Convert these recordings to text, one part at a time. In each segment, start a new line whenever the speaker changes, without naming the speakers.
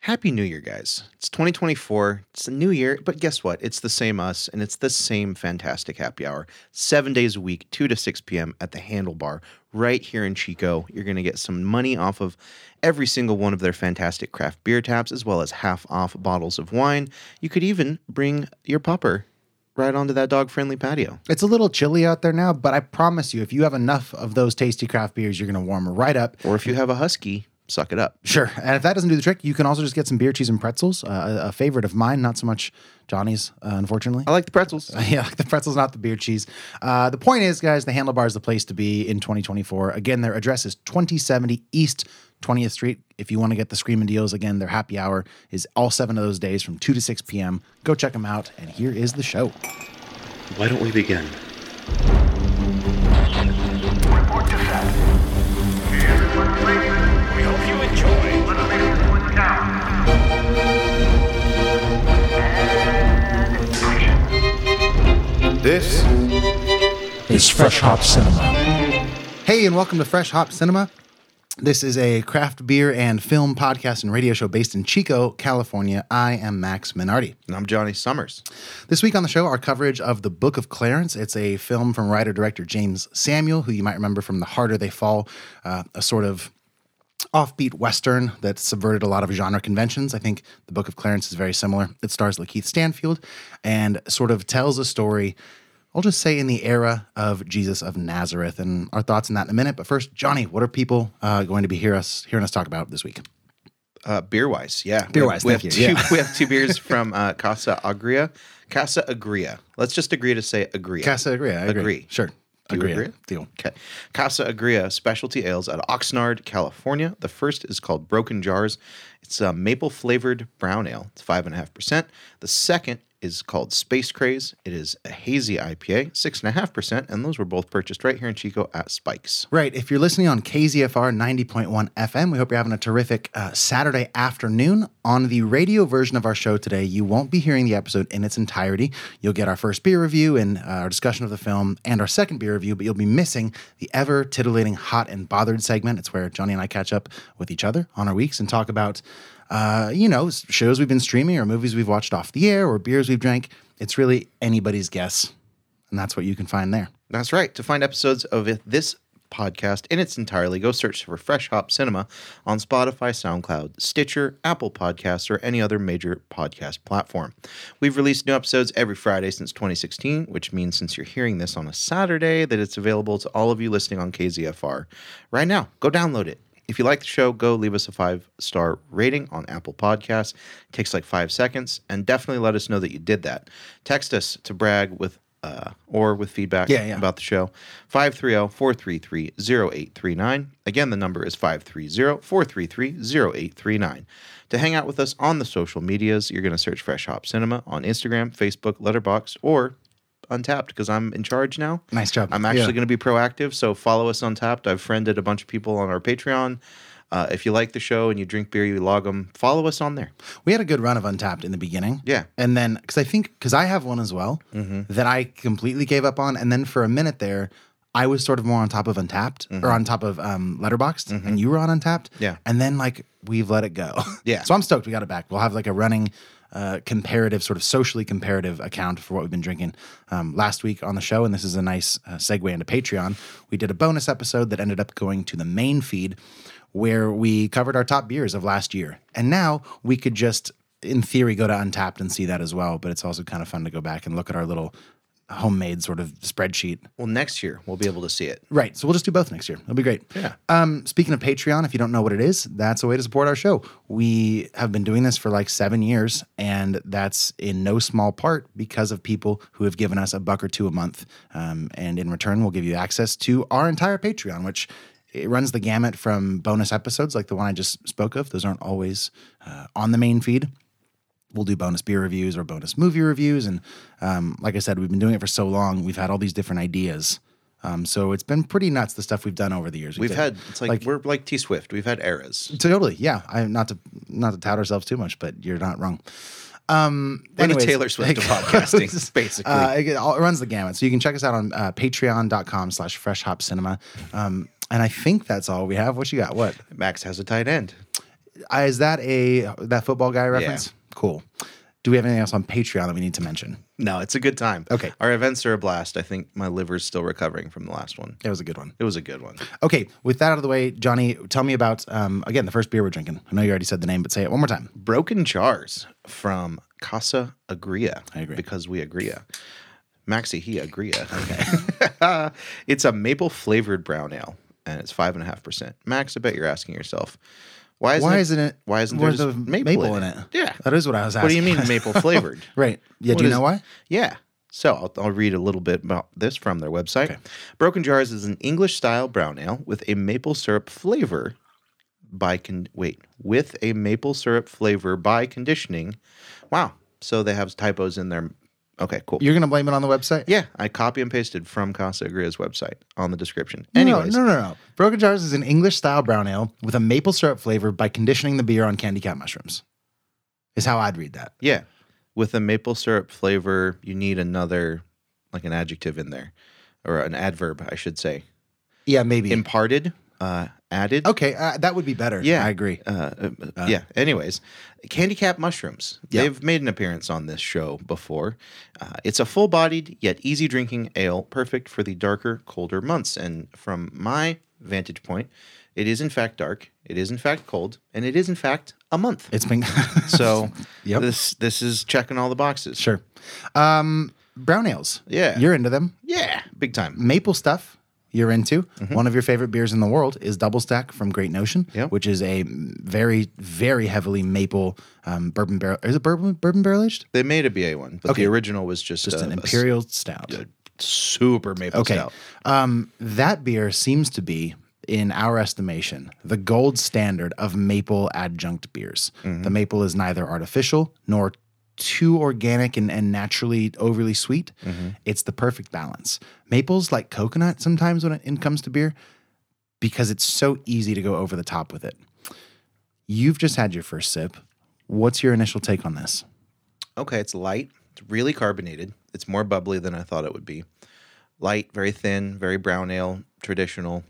Happy New Year, guys. It's 2024. It's a new year, but guess what? It's the same us, and it's the same fantastic happy hour. Seven days a week, 2 to 6 p.m. at the Handlebar right here in Chico. You're going to get some money off of every single one of their fantastic craft beer taps, as well as half off bottles of wine. You could even bring your pupper right onto that dog friendly patio.
It's a little chilly out there now, but I promise you, if you have enough of those tasty craft beers, you're going to warm right up.
Or if you have a husky, suck it up.
Sure. And if that doesn't do the trick, you can also just get some beer, cheese, and pretzels. Uh, a a favorite of mine, not so much Johnny's, uh, unfortunately.
I like the pretzels.
yeah, like the pretzels, not the beer cheese. Uh, the point is, guys, the handlebar is the place to be in 2024. Again, their address is 2070 East 20th Street. If you want to get the screaming deals, again, their happy hour is all seven of those days from 2 to 6 p.m. Go check them out. And here is the show.
Why don't we begin?
Report to set. Hey, everyone, please. We hope you enjoy. Let's make this one count. And action.
This
is Fresh Hop Cinema.
Hey, and welcome to Fresh Hop Cinema. This is a craft beer and film podcast and radio show based in Chico, California. I am Max Minardi.
And I'm Johnny Summers.
This week on the show, our coverage of The Book of Clarence. It's a film from writer director James Samuel, who you might remember from The Harder They Fall, uh, a sort of offbeat Western that subverted a lot of genre conventions. I think The Book of Clarence is very similar. It stars Lakeith Stanfield and sort of tells a story, I'll just say, in the era of Jesus of Nazareth. And our thoughts on that in a minute. But first, Johnny, what are people uh, going to be hear us, hearing us talk about this week?
Uh, beer wise, yeah.
Beer
We-
wise,
we
thank
have
you,
Two,
yeah.
we have two beers from uh, Casa Agria. Casa Agria. Let's just agree to say Agria.
Casa Agria. I agree.
Agree.
Sure.
Do you
Agria.
agree?
Deal.
Okay. Casa Agria specialty ales out of Oxnard, California. The first is called Broken Jars. It's a maple flavored brown ale. It's five and a half percent. The second is called Space Craze. It is a hazy IPA, six and a half percent, and those were both purchased right here in Chico at Spikes.
Right. If you're listening on KZFR 90.1 FM, we hope you're having a terrific uh, Saturday afternoon. On the radio version of our show today, you won't be hearing the episode in its entirety. You'll get our first beer review and uh, our discussion of the film and our second beer review, but you'll be missing the ever titillating Hot and Bothered segment. It's where Johnny and I catch up with each other on our weeks and talk about, uh, you know, s- shows we've been streaming or movies we've watched off the air or beers we've drank. It's really anybody's guess. And that's what you can find there.
That's right. To find episodes of this podcast in its entirely, go search for Fresh Hop Cinema on Spotify, SoundCloud, Stitcher, Apple Podcasts, or any other major podcast platform. We've released new episodes every Friday since 2016, which means since you're hearing this on a Saturday, that it's available to all of you listening on KZFR. Right now, go download it. If you like the show, go leave us a five star rating on Apple Podcasts. It takes like five seconds, and definitely let us know that you did that. Text us to brag with uh, or with feedback
Yeah, yeah.
about the show. oh, 530-433-0839. Again, the number is oh, 530-433-0839. To hang out with us on the social medias, you're going to search Fresh Hop Cinema on Instagram, Facebook, Letterboxd, or Untapped because I'm in charge now.
Nice job.
I'm actually
Yeah.
going to be proactive, so follow us on Tapped. I've friended a bunch of people on our Patreon. Uh, if you like the show and you drink beer, you log them. Follow us on there.
We had a good run of Untapped in the beginning.
Yeah. Mm-hmm.
And then, because I think, because I have one as well that I completely gave up on. And then for a minute there, I was sort of more on top of Untapped or on top of um, Letterboxd, and you were on Untapped.
Mm-hmm. Yeah.
And then, like, we've let it go.
Yeah.
so I'm stoked we got it back. We'll have like a running uh, comparative, sort of socially comparative account for what we've been drinking. Um, last week on the show, and this is a nice uh, segue into Patreon, we did a bonus episode that ended up going to the main feed where we covered our top beers of last year. And now we could just, in theory, go to Untapped and see that as well. But it's also kind of fun to go back and look at our little homemade sort of spreadsheet
Well, next year we'll be able to see it.
Right. So we'll just do both next year. It'll be great.
Yeah.
Um, speaking of Patreon, if you don't know what it is, that's a way to support our show. We have been doing this for like seven years, and that's in no small part because of people who have given us a buck or two a month. Um, and in return, we'll give you access to our entire Patreon, which it runs the gamut from bonus episodes like the one I just spoke of. Those aren't always uh, on the main feed we'll do bonus beer reviews or bonus movie reviews. And um, like I said, we've been doing it for so long, we've had all these different ideas. Um, so it's been pretty nuts the stuff we've done over the years. We
We've
did-
had it's like, we're like T Swift. We've had eras.
totally, yeah. I not to not to tout ourselves too much, but you're not wrong. Um,
We're the
Anyways,
Taylor Swift of
it goes-
podcasting, basically.
Uh, it, get- all- it runs the gamut. So you can check us out on uh, patreon.com slash fresh hop cinema. Um, and I think that's all we have. What you got? What?
Max has a tight end.
I- is that a that football guy reference? Cool. Do we have anything else on Patreon that we need to mention?
No, it's a good time.
Okay.
Our events are a blast. I think my liver's still recovering from the last one.
It was a good one.
It was a good one.
Okay, with that out of the way, Johnny, tell me about um, again the first beer we're drinking. I know you already said the name, but say it one more time.
Broken Jars from Casa Agria.
I agree.
Because we agria. Maxi, he agria. Okay. it's a maple flavored brown ale, and it's 5.5%. Max, I bet you're asking yourself, why isn't,
why
it,
isn't it?
why isn't there
where's
just
the
maple, in, it? Yeah.
that is what I was asking.
What do you mean maple flavored?
right? Yeah.
What
do you
is-
know why?
Yeah. So I'll, I'll read a little bit about this from their website. Broken Jars is an English style brown ale with a maple syrup flavor by con- wait with a maple syrup flavor by conditioning. Wow. So they have typos in there. Okay, cool.
You're gonna blame it on the website?
yeah, I copy and pasted from Casa Agria's website on the description.
No,
Anyways,
no, no, no. Broken Jars is an English style brown ale with a maple syrup flavor by conditioning the beer on candy cat mushrooms. Is how I'd read that.
yeah, with a maple syrup flavor, you need another like an adjective in there or an adverb, I should say.
Yeah, maybe.
Imparted, uh, added.
okay, uh, that would be better.
Yeah.
I agree.
Uh, uh, yeah. Anyways, candy cap mushrooms.
Yeah.
They've made an appearance on this show before. Uh, it's a full bodied yet easy drinking ale, perfect for the darker, colder months. And from my vantage point, it is in fact dark, it is in fact cold, and it is in fact a month.
It's been
so
Yep.
this this is checking all the boxes.
sure. Um, brown ales.
Yeah.
you're into them.
Yeah, big time.
maple stuff you're into.
Mm-hmm.
One of your favorite beers in the world is Double Stack from Great Notion,
Yep.
which is a very, very heavily maple um, bourbon barrel. Is it bourbon bourbon barrel aged?
They made a BA one, but
Okay.
the original was just,
Just
Uh, a-
an
a s-
imperial stout.
super maple
Okay,
stout.
um, that beer seems to be. In our estimation, the gold standard of maple adjunct beers.
Mm-hmm.
The maple is neither artificial nor too organic and, and naturally overly sweet.
Mm-hmm.
It's the perfect balance. Maple's like coconut sometimes when it in comes to beer. because it's so easy to go over the top with it. You've just had your first sip. What's your initial take on this?
Okay, it's light. It's really carbonated. It's more bubbly than I thought it would be. Light, very thin, very brown ale, traditional.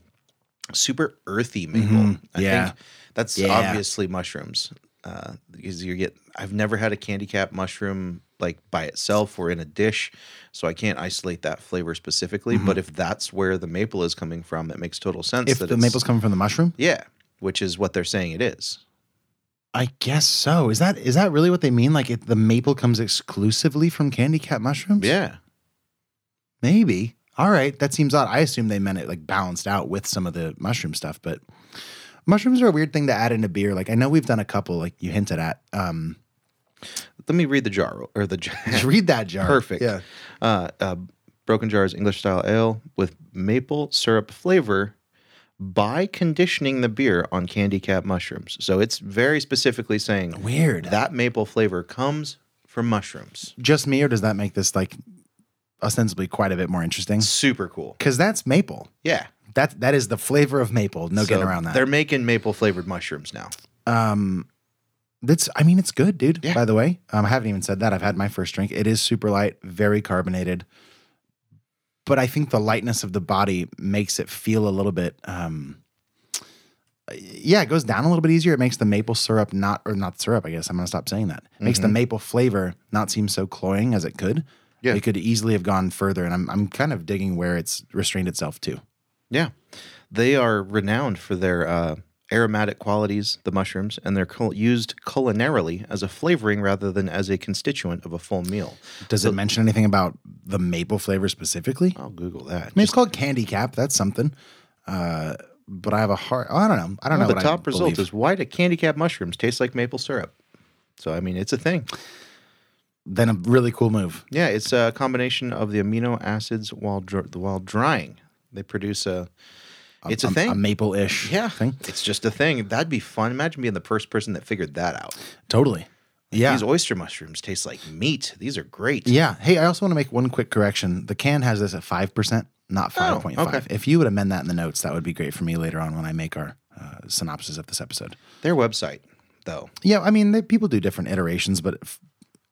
Super earthy maple. I
Mm-hmm. Yeah.
think that's
Yeah.
obviously mushrooms. Uh, because you get I've never had a candy cap mushroom like by itself or in a dish, so I can't isolate that flavor specifically. But if that's where the maple is coming from, it makes total sense
Mm-hmm. If
that
the
it's-
maple's coming from the mushroom,
Yeah. Which is what they're saying it is.
I guess so. Is that is that really what they mean? Like if the maple comes exclusively from candy cat mushrooms?
Yeah.
maybe. All right, that seems odd. I assume they meant it like balanced out with some of the mushroom stuff, but mushrooms are a weird thing to add into beer. Like I know we've done a couple, like you hinted at. Um,
Let me read the jar or the jar.
read that jar.
Perfect.
Yeah.
Uh, uh, Broken Jars English style ale with maple syrup flavor by conditioning the beer on candy cap mushrooms. So it's very specifically saying
Weird.
that maple flavor comes from mushrooms.
just me, or does that make this like ostensibly quite a bit more interesting?
Super cool.
Because that's maple.
Yeah.
That that is the flavor of maple. No
So
getting around
They're
that.
making maple flavored mushrooms now.
Um, That's I mean, it's good, dude.
Yeah.
By the way, um, I haven't even said that. I've had my first drink. It is super light, very carbonated, but I think the lightness of the body makes it feel a little bit. Um, yeah, it goes down a little bit easier. It makes the maple syrup not, or not syrup. I guess I'm gonna stop saying that. It Makes the
Mm-hmm.
maple flavor not seem so cloying as it could.
Yeah.
it could easily have gone further, and I'm I'm kind of digging where it's restrained itself to.
Yeah. They are renowned for their uh, aromatic qualities, the mushrooms, and they're cul- used culinarily as a flavoring rather than as a constituent of a full meal.
Does it mention anything about the maple flavor specifically?
I'll Google that.
I mean, it's called Candy Cap. That's something. Uh, but I have a heart. oh, I don't know. I don't
Well,
know.
the
what
top
I
result
believe.
is why do candy cap mushrooms taste like maple syrup? So I mean, it's a thing.
then a really cool move.
Yeah, it's a combination of the amino acids while dr- while drying. They produce a. It's a, thing.
A maple ish.
yeah,
Thing.
it's just a thing. That'd be fun. Imagine being the first person that figured that out.
Totally. Yeah.
These oyster mushrooms taste like meat. These are great.
yeah. Hey, I also want to make one quick correction. The can has this at five percent, not five point five.
Oh, okay.
If you would amend that in the notes, that would be great for me later on when I make our uh, synopsis of this episode.
Their website, though.
Yeah, I mean, they, people do different iterations, but if,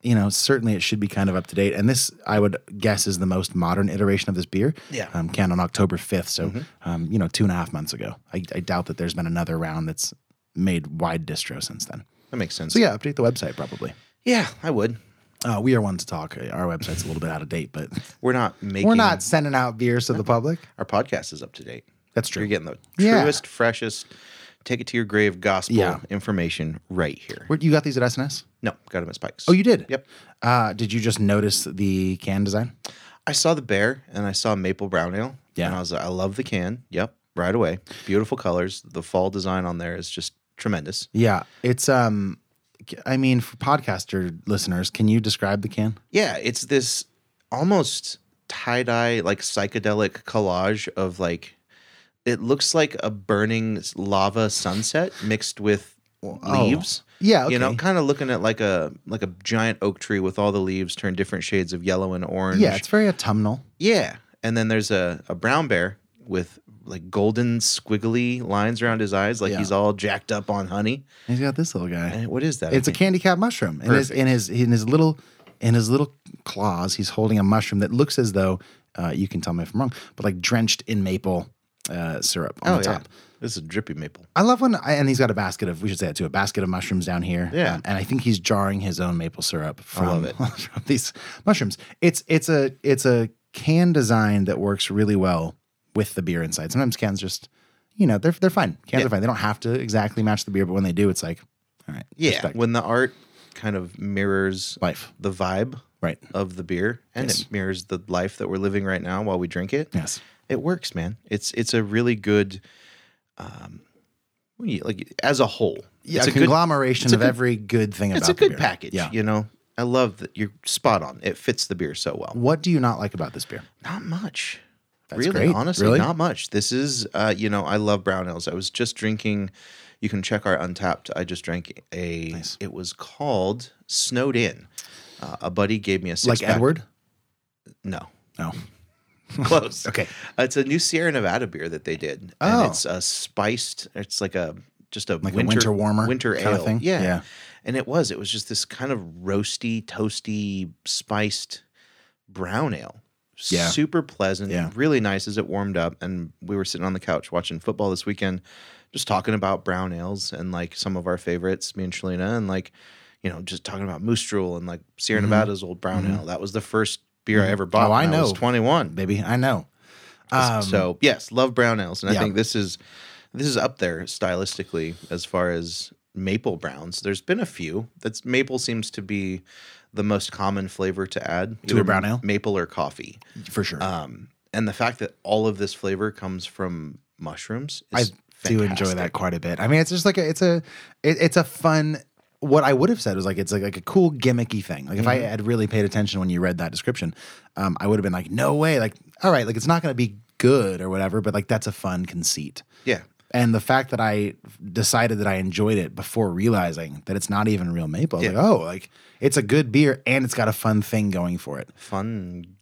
you know, certainly it should be kind of up to date. And this, I would guess, is the most modern iteration of this beer.
Yeah.
um, Mm-hmm. canned on October fifth, so um, you know, two and a half months ago. I, I doubt that there's been another round that's made wide distro since then.
That makes sense.
So yeah, update the website probably.
yeah, I would.
Uh, we are one to talk. Our website's a little bit out of date, but
We're not making.
we're not sending out beers to the public.
Our podcast is up to date.
That's
You're
true.
getting the
Yeah.
truest, freshest, take it to your grave gospel
Yeah.
information right here.
Where, you got these at SNS?
no, got them at Spikes.
Oh, you did.
Yep.
Uh, did you just notice the can design?
I saw the bear and I saw maple brown ale.
Yeah.
And I was like, I love the can. Yep. Right away. Beautiful colors. The fall design on there is just tremendous.
Yeah, it's um, I mean, for podcaster listeners, can you describe the can?
Yeah. It's this almost tie dye, like psychedelic collage of like, it looks like a burning s- lava sunset mixed with
oh.
leaves.
Yeah,
You know,
okay.
kind of looking at like a like a giant oak tree with all the leaves turned different shades of yellow and orange.
Yeah, it's very autumnal.
Yeah. And then there's a, a brown bear with like golden squiggly lines around his eyes, like
Yeah.
he's all jacked up on honey.
He's got this little guy.
And what is that?
It's
I
a
can't-
candy cap mushroom. In his, in his in his little in his little claws, he's holding a mushroom that looks as though uh, you can tell me if I'm wrong, but like drenched in maple uh, syrup on
Oh,
the
yeah.
top.
This is drippy maple.
I love when I, and he's got a basket of we should say that too a basket of mushrooms down here. Um,
Yeah.
and I think he's jarring his own maple syrup from,
love it.
from these mushrooms. It's it's a it's a can design that works really well with the beer inside. Sometimes cans just you know they're they're fine. Cans
Yeah.
are fine. They don't have to exactly match the beer, but when they do, it's like all right.
Yeah.
respect.
When the art kind of mirrors
life
the vibe
right.
of the beer and
Yes.
it mirrors the life that we're living right now while we drink it.
Yes.
It works, man. It's it's a really good um like as a whole.
Yeah,
it's
a,
a good
conglomeration
it's a
of
good-
every good thing
it's
about
a
the
good
beer.
package,
Yeah.
you know. I love that you're spot on. It fits the beer so well.
What do you not like about this beer?
Not much.
That's
really,
great.
honestly,
Really?
not much. This is, uh, you know, I love brown ales. I was just drinking. You can check our Untapped. I just drank a.
Nice.
It was called Snowed In. Uh, a buddy gave me a six
like
pack-
Edward?
No,
No.
close.
Okay.
it's a new Sierra Nevada beer that they did.
Oh.
and it's a spiced. It's like a just a
Like a
winter,
winter warmer
winter
kinda
ale.
thing?
Yeah.
Yeah.
and it was. It was just this kind of roasty, toasty, spiced brown ale.
Yeah.
super pleasant.
Yeah.
really nice as it warmed up. And we were sitting on the couch watching football this weekend, just talking about brown ales and like some of our favorites, me and Shalina, and like. You know, just talking about Moostrel and like Sierra Nevada's old brown ale. That was the first beer I ever bought.
Mm-hmm. Oh, I
when was
know.
21
Baby, I know. Um,
so yes, love brown ales, and
yeah.
I think this is this is up there stylistically as far as maple browns. There's been a few. That's maple seems to be the most common flavor to add
To a
either
brown ale?
maple or coffee.
For sure.
Um, and the fact that all of this flavor comes from mushrooms,
I
is
do enjoy that quite a bit. I mean, it's just like a, it's a it, it's a fun. What I would have said was like it's like, like a cool gimmicky thing. Like if
Mm-hmm.
I had really paid attention when you read that description, um, I would have been like, no way. Like all right, like it's not going to be good or whatever, but like that's a fun conceit.
Yeah,
And the fact that I decided that I enjoyed it before realizing that it's not even real maple, I was
Yeah.
like, oh, like it's a good beer and it's got a fun thing going for it.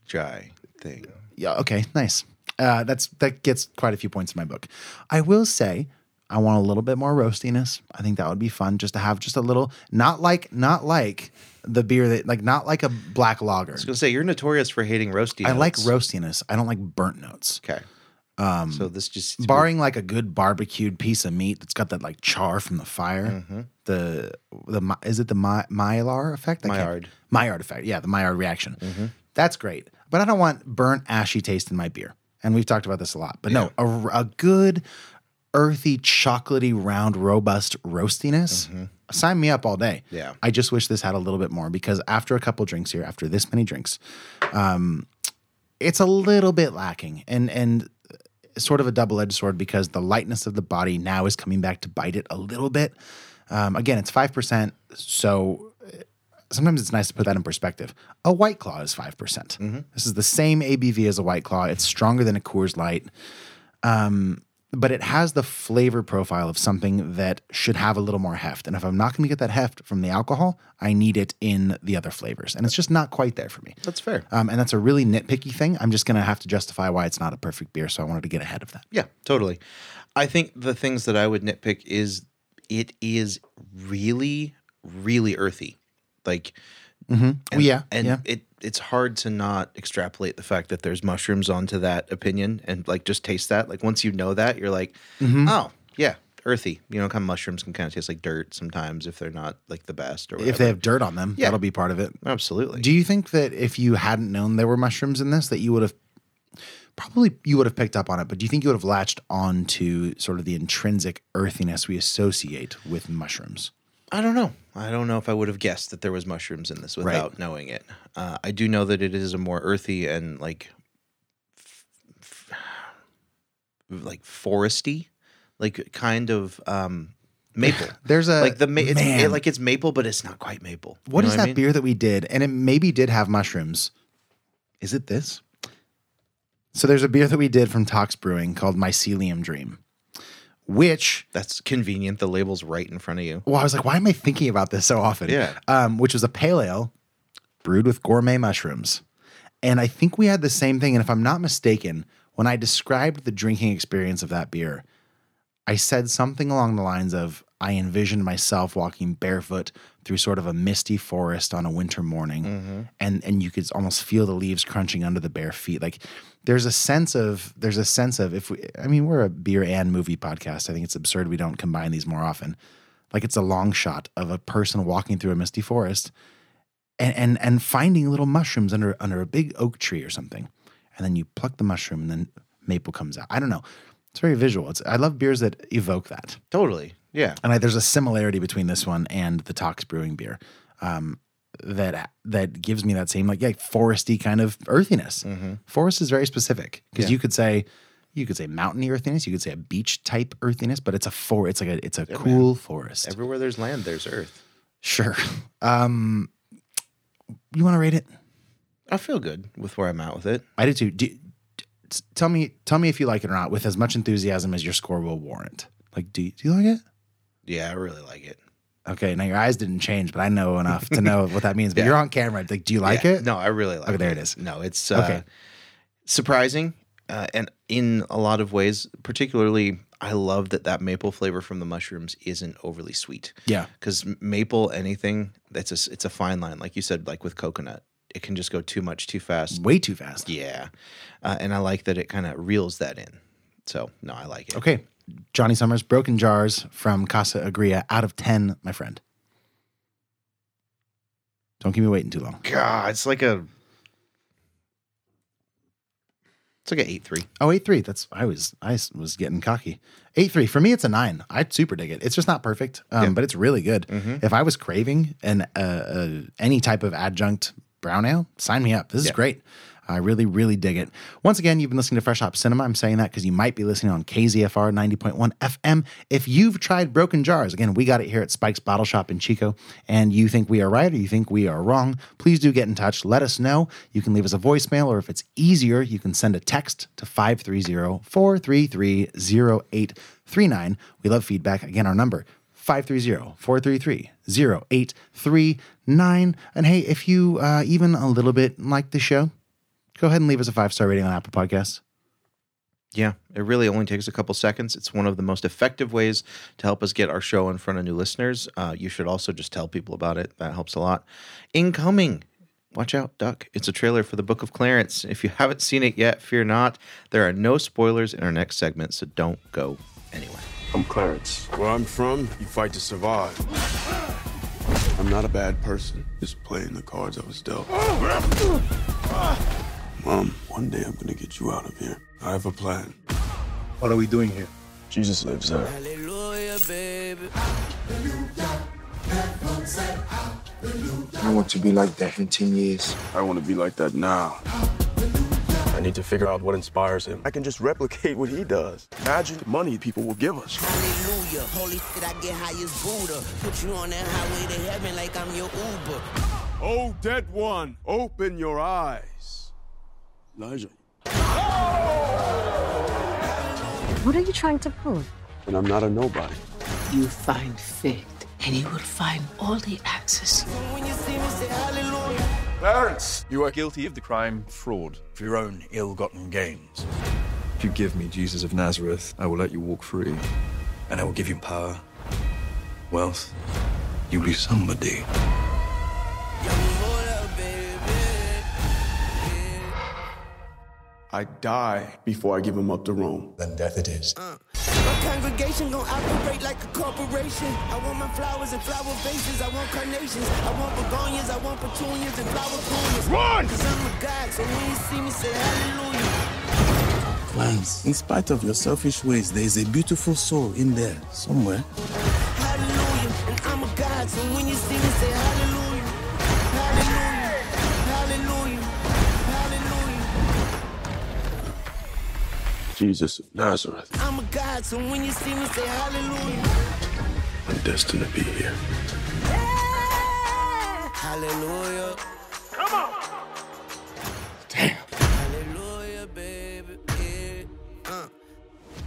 fungi thing.
Yeah. Okay. Nice. Uh, that's that gets quite a few points in my book. I will say I want a little bit more roastiness. I think that would be fun just to have just a little, not like not like the beer that like not like a black lager.
I was gonna say you're notorious for hating roasty.
I like Um,
notes.
roastiness. I don't like burnt notes.
Okay. so this just
Barring like a good barbecued piece of meat that's got that like char from the fire, the the my- is it the my, mylar effect? I can't-
Maillard.
Maillard effect. Yeah, the Maillard reaction. That's great, but I don't want burnt ashy taste in my beer. And we've talked about this a lot, but no, a, a good earthy, chocolatey, round, robust roastiness. Sign me up all day.
Yeah.
I just wish this had a little bit more because after a couple drinks here, after this many drinks, um, it's a little bit lacking and and sort of a double-edged sword because the lightness of the body now is coming back to bite it a little bit um, again it's 5% so uh, sometimes it's nice to put that in perspective a white claw is 5% percent this is the same abv as a white claw it's stronger than a coors light um, but it has the flavor profile of something that should have a little more heft. And if I'm not going to get that heft from the alcohol, I need it in the other flavors. And it's just not quite there for me.
That's fair.
Um, and that's a really nitpicky thing. I'm just going to have to justify why it's not a perfect beer. So I wanted to get ahead of that.
Yeah, totally. I think the things that I would nitpick is it is really, really earthy. Like,
Mm-hmm.
and,
Oh, yeah,
and
yeah.
it it's hard to not extrapolate the fact that there's
Mm-hmm.
mushrooms onto that opinion and like just taste that. Like once you know that, you're like, oh yeah, earthy. You know, kind of mushrooms can kind of taste like dirt sometimes if they're not like the best or whatever.
If they have dirt on them,
Yeah.
that'll be part of it.
absolutely.
Do you think that if you hadn't known there were mushrooms in this, that you would have probably you would have picked up on it? But do you think you would have latched on to sort of the intrinsic earthiness we associate with mushrooms?
I don't know. I don't know if I would have guessed that there was mushrooms in this without knowing it. Uh, I do know that it is a more earthy and like, f- f- like foresty, like kind of um, maple.
There's a
like the ma- it's,
Uh, man.
it, like it's maple, but it's not quite maple. You
What
know
is that
I mean?
beer that we did? And it maybe did have mushrooms. Is it this? So there's a beer that we did from Tox Brewing called Mycelium Dream, which
That's convenient. The label's right in front of you.
well, I was like, why am I thinking about this so often?
Yeah.
Um, which was a pale ale brewed with gourmet mushrooms. And I think we had the same thing. And if I'm not mistaken, when I described the drinking experience of that beer, I said something along the lines of I envisioned myself walking barefoot through sort of a misty forest on a winter morning. And and you could almost feel the leaves crunching under the bare feet. Like there's a sense of there's a sense of if we I mean, we're a beer and movie podcast. I think it's absurd we don't combine these more often. Like it's a long shot of a person walking through a misty forest and and and finding little mushrooms under under a big oak tree or something, and then you pluck the mushroom, and then maple comes out. I don't know. It's very visual. It's I love beers that evoke that,
Totally. Yeah.
and I, there's a similarity between this one and the Tox Brewing beer, um, that that gives me that same like yeah foresty kind of earthiness. Forest is very specific because you could say. You could say mountainy earthiness. You could say a beach type earthiness, but it's a for. It's like a. It's a cool forest.
Everywhere there's land, there's earth.
sure. Um, you want to rate it?
I feel good with where I'm at with it.
I do too. Do, t- tell me, tell me if you like it or not, with as much enthusiasm as your score will warrant. Like, do you, do you like it?
Yeah, I really like it.
Okay, now your eyes didn't change, but I know enough to know what that means. But
Yeah.
you're on camera. Like, do you like
Yeah.
it?
No, I really like
Okay,
it.
there it is.
No, it's uh,
Okay.
surprising uh, and in a lot of ways, particularly I love that that maple flavor from the mushrooms isn't overly sweet.
Yeah.
Cuz maple anything that's a s- it's a fine line like you said like with coconut. It can just go too much too fast.
Way too fast.
Yeah. Uh, and I like that it kind of reels that in. So, no, I like it.
Okay, Johnny Summers, Broken Jars from Casa Agria. Out of ten, my friend. Don't keep me waiting too long.
God, it's like a It's like an 8-3.
Oh, eight three. That's I was I s- was getting cocky. Eight three for me. It's a nine. I super dig it. It's just not perfect, um, but it's really good. If I was craving an uh, uh, any type of adjunct brown ale, sign me up. This is great. I really really dig it. Once again, you've been listening to Fresh Hop Cinema. I'm saying that because you might be listening on KZFR ninety point one FM. If you've tried Broken Jars, again, we got it here at Spike's Bottle Shop in Chico, and you think we are right or you think we are wrong, please do get in touch. Let us know. You can leave us a voicemail, or if it's easier, you can send a text to 530 433 0839. We love feedback. Again, our number 530-433-0839 and hey if you uh, even a little bit like the show go ahead and leave us a five star rating on apple podcasts
Yeah, it really only takes a couple seconds. It's one of the most effective ways to help us get our show in front of new listeners. Uh, you should also just tell people about it. That helps a lot. Incoming. Watch out, Duck. It's a trailer for the Book of Clarence. If you haven't seen it yet, fear not. There are no spoilers in our next segment, so don't go anywhere.
I'm Clarence.
Where I'm from, you fight to survive. I'm not a bad person, just playing the cards I was dealt. Mom, one day I'm gonna get you out of here. I have a plan.
What are we doing here? Jesus lives there.
I want to be like that in 10 years.
I wanna be like that now.
I need to figure out what inspires him.
I can just replicate what he does. Imagine the money people will give us.
Hallelujah. Holy shit, I get high as Buddha. Put you on that highway to heaven like I'm your Uber.
Oh, dead one, open your eyes. Elijah,
What are you trying to prove?
and I'm not a nobody.
You find faith, and you will find all the answers.
When you see me, say hallelujah.
Clarence! You are guilty of the crime fraud for your own ill gotten gains. If you give me Jesus of Nazareth, I will let you walk free. And I will give you power, wealth. You'll be somebody.
I die before I give him up to Rome.
Then death it is.
My congregation gon' operate like a corporation. I want my flowers and flower vases. I want carnations. I want begonias. I want petunias and flower coolers.
Run!
Cause I'm a god, so when you see me, say hallelujah.
Clowns, in spite of your selfish ways, there is a beautiful soul in there somewhere.
Hallelujah. And I'm a god, so when you see me, say hallelujah. Hallelujah. Hallelujah. Hallelujah.
Jesus of Nazareth,
I'm a god, so when you see me, say hallelujah.
I'm destined to be here.
Hallelujah.
Come on!
Hallelujah, baby. Yeah. Uh.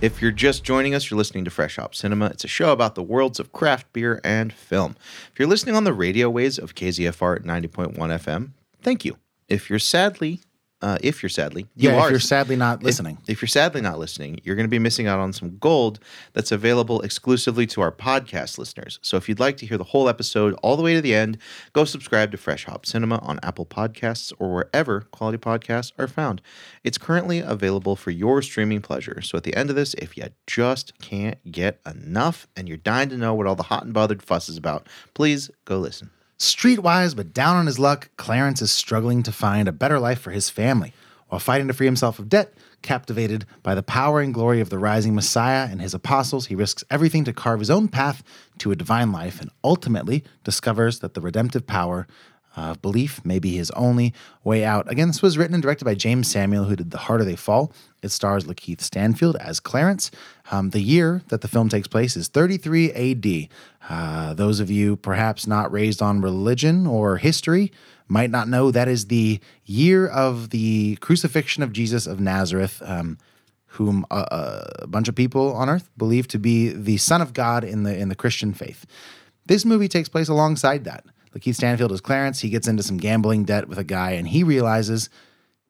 If you're just joining us, you're listening to Fresh Hop Cinema. It's a show about the worlds of craft beer and film. If you're listening on the radio waves of KZFR at 90.1 FM, thank you. If you're sadly, uh, if you're sadly, you
Yeah, if
are
you're sadly not
if-
listening.
If, you're sadly not listening, you're going to be missing out on some gold that's available exclusively to our podcast listeners. So if you'd like to hear the whole episode all the way to the end, go subscribe to Fresh Hop Cinema on Apple Podcasts or wherever quality podcasts are found. It's currently available for your streaming pleasure. So at the end of this, if you just can't get enough and you're dying to know what all the hot and bothered fuss is about, please go listen.
Streetwise but down on his luck, Clarence is struggling to find a better life for his family while fighting to free himself of debt. Captivated by the power and glory of the rising Messiah and his apostles, he risks everything to carve his own path to a divine life and ultimately discovers that the redemptive power of uh, belief may be his only way out. Again, this was written and directed by James Samuel, who did The Harder They Fall. It stars Lakeith Stanfield as Clarence. Um, the year that the film takes place is 33 AD. Uh, those of you perhaps not raised on religion or history might not know that is the year of the crucifixion of Jesus of Nazareth. Um, whom a- a, a bunch of people on earth believe to be the son of God in the in the Christian faith. This movie takes place alongside that. Lakeith Stanfield is Clarence. He gets into some gambling debt with a guy, and he realizes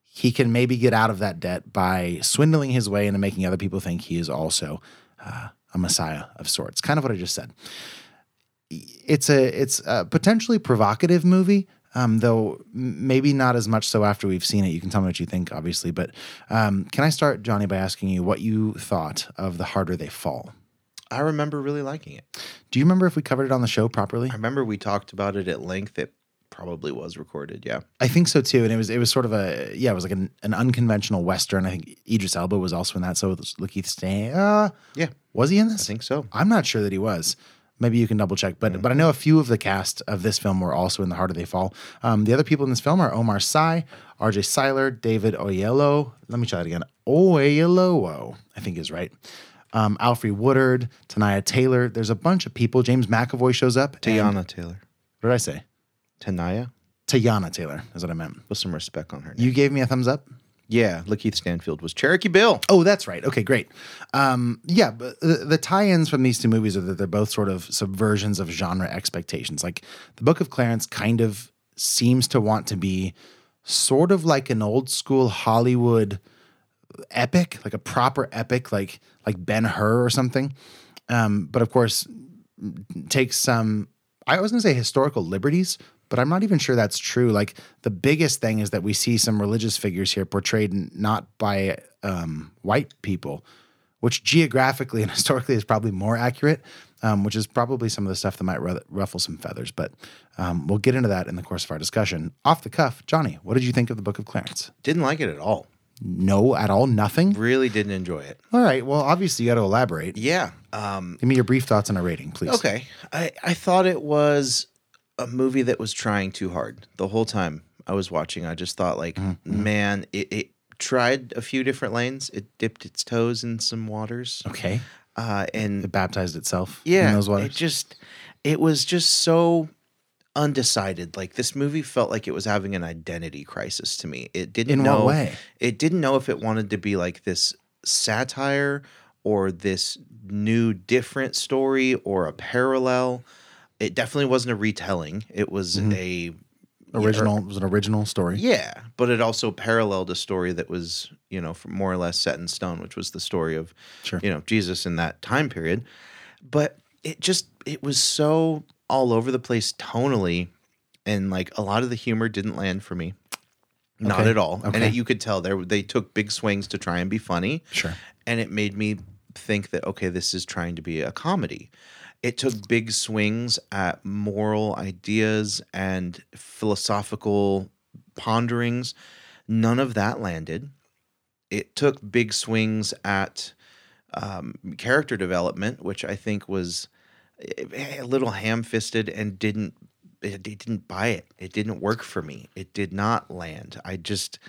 he can maybe get out of that debt by swindling his way into making other people think he is also uh, a messiah of sorts. Kind of what I just said it's a it's a potentially provocative movie um, though m- maybe not as much so after we've seen it you can tell me what you think obviously but um, can i start johnny by asking you what you thought of the harder they fall
I remember really liking it.
do you remember if we covered it on the show properly
I remember we talked about it at length. It probably was recorded. Yeah.
i think so too and it was it was sort of a yeah it was like an, an unconventional western i think idris elba was also in that so was lakeith stan uh,
Yeah.
was he in this
I think so.
I'm not sure that he was. Maybe you can double check, but but I know a few of the cast of this film were also in The Harder They Fall. Um, the other people in this film are Omar Sy, R.J. Seiler, David Oyelowo. Let me try that again. Oyelowo, I think is right. Um, Alfre Woodard, Tania Taylor. There's a bunch of people. James McAvoy shows up. and-
Tiana Taylor.
What did I say?
Tanaya.
Tiana Taylor is what I meant.
With some respect on her name.
You gave me a thumbs up.
yeah, Lakeith Stanfield was Cherokee Bill.
Oh, that's right. Okay, great. Um, yeah, but the, the tie-ins from these two movies are that they're both sort of subversions of genre expectations. Like the Book of Clarence kind of seems to want to be sort of like an old school Hollywood epic, like a proper epic, like like Ben Hur or something. Um, but of course, takes some I was going to say historical liberties, but I'm not even sure that's true. Like the biggest thing is that we see some religious figures here portrayed n- not by um, white people, which geographically and historically is probably more accurate, um, which is probably some of the stuff that might ru- ruffle some feathers. But um, we'll get into that in the course of our discussion. Off the cuff, Johnny, what did you think of the Book of Clarence?
Didn't like it at all.
No, at all, nothing.
Really didn't enjoy it.
All right. Well, obviously you got to elaborate.
Yeah. Um,
Give me your brief thoughts on a rating, please.
okay. I, I thought it was a movie that was trying too hard the whole time I was watching. I just thought,
Mm-hmm,
like, man, it, it tried a few different lanes. It dipped its toes in some waters.
Okay.
Uh, and
It baptized itself.
yeah,
In those waters.
It just it was just so undecided. Like this movie felt like it was having an identity crisis to me. It didn't
In what
know
way?
it didn't know if it wanted to be like this satire or this new different story or a parallel. It definitely wasn't a retelling. It was
Mm-hmm.
a
original. It was an original story.
yeah, but it also paralleled a story that was, you know, from more or less set in stone, which was the story of,
Sure.
you know, Jesus in that time period. But it just it was so all over the place tonally, and like a lot of the humor didn't land for me, not
Okay.
at all. And
Okay.
it, you could tell there they took big swings to try and be funny,
Sure.
and it made me think that okay, this is trying to be a comedy. It took big swings at moral ideas and philosophical ponderings. None of that landed. It took big swings at um, character development, which I think was eh, a little ham-fisted and didn't it, it didn't buy it. It didn't work for me. It did not land. I just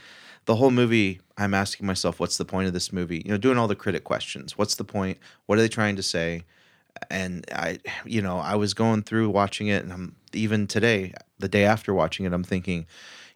the whole movie I'm asking myself what's the point of this movie? You know, doing all the critic questions. What's the point? What are they trying to say? And I you know, I was going through watching it and I'm even today the day after watching it I'm thinking,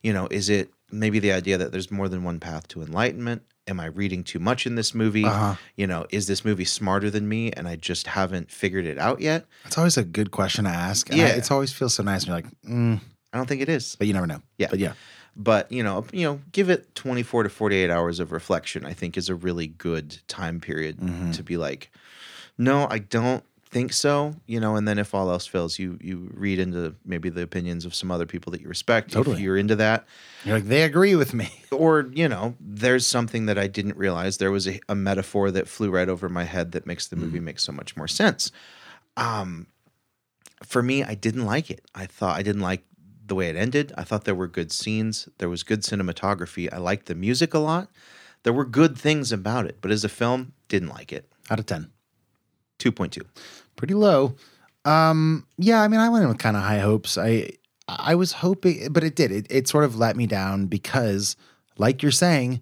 you know, is it maybe the idea that there's more than one path to enlightenment? Am I reading too much in this movie?
Uh-huh.
You know, is this movie smarter than me and I just haven't figured it out yet?
It's always a good question to ask. And
Yeah.
I- it's always feels so nice. And you're like, mm,
I don't think it is.
but you never know.
Yeah.
But yeah.
but you know you know give it 24 to 48 hours of reflection i think is a really good time period to be like no i don't think so you know and then if all else fails you you read into maybe the opinions of some other people that you respect if
Totally.
you're into that
You're like, they agree with me.
or you know there's something that i didn't realize there was a, a metaphor that flew right over my head that makes the movie make so much more sense um for me i didn't like it i thought i didn't like the way it ended i thought there were good scenes there was good cinematography i liked the music a lot there were good things about it but as a film didn't like it
Out of 10.
2.2
pretty low. Um, yeah, I mean, I went in with kind of high hopes. I I was hoping, but it did. It, it sort of let me down because, like you're saying,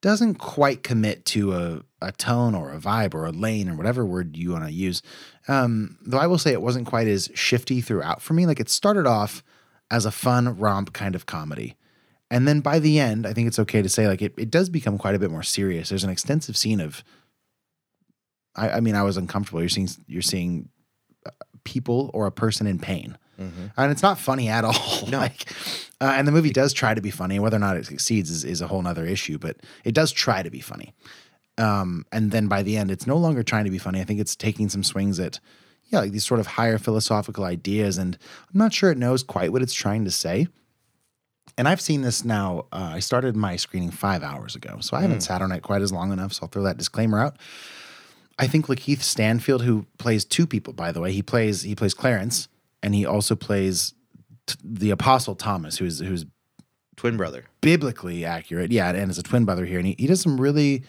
doesn't quite commit to a, a tone or a vibe or a lane or whatever word you want to use. Um, though I will say it wasn't quite as shifty throughout for me. Like it started off as a fun romp kind of comedy. And then by the end, I think it's okay to say like it, it does become quite a bit more serious. There's an extensive scene of I, I mean, I was uncomfortable. You're seeing you're seeing uh, people or a person in pain, and it's not funny at all. like, uh, and the movie does try to be funny. Whether or not it succeeds is, is a whole nother issue, but it does try to be funny. Um, and then by the end, it's no longer trying to be funny. I think it's taking some swings at yeah, like these sort of higher philosophical ideas, and I'm not sure it knows quite what it's trying to say. And I've seen this now. Uh, I started my screening five hours ago, so I haven't sat on it quite as long enough. So I'll throw that disclaimer out. I think Lakeith Stanfield, who plays two people, by the way, he plays he plays Clarence, and he also plays t- the Apostle Thomas, who's who's
twin brother
biblically accurate, yeah, and is a twin brother here, and he, he does some really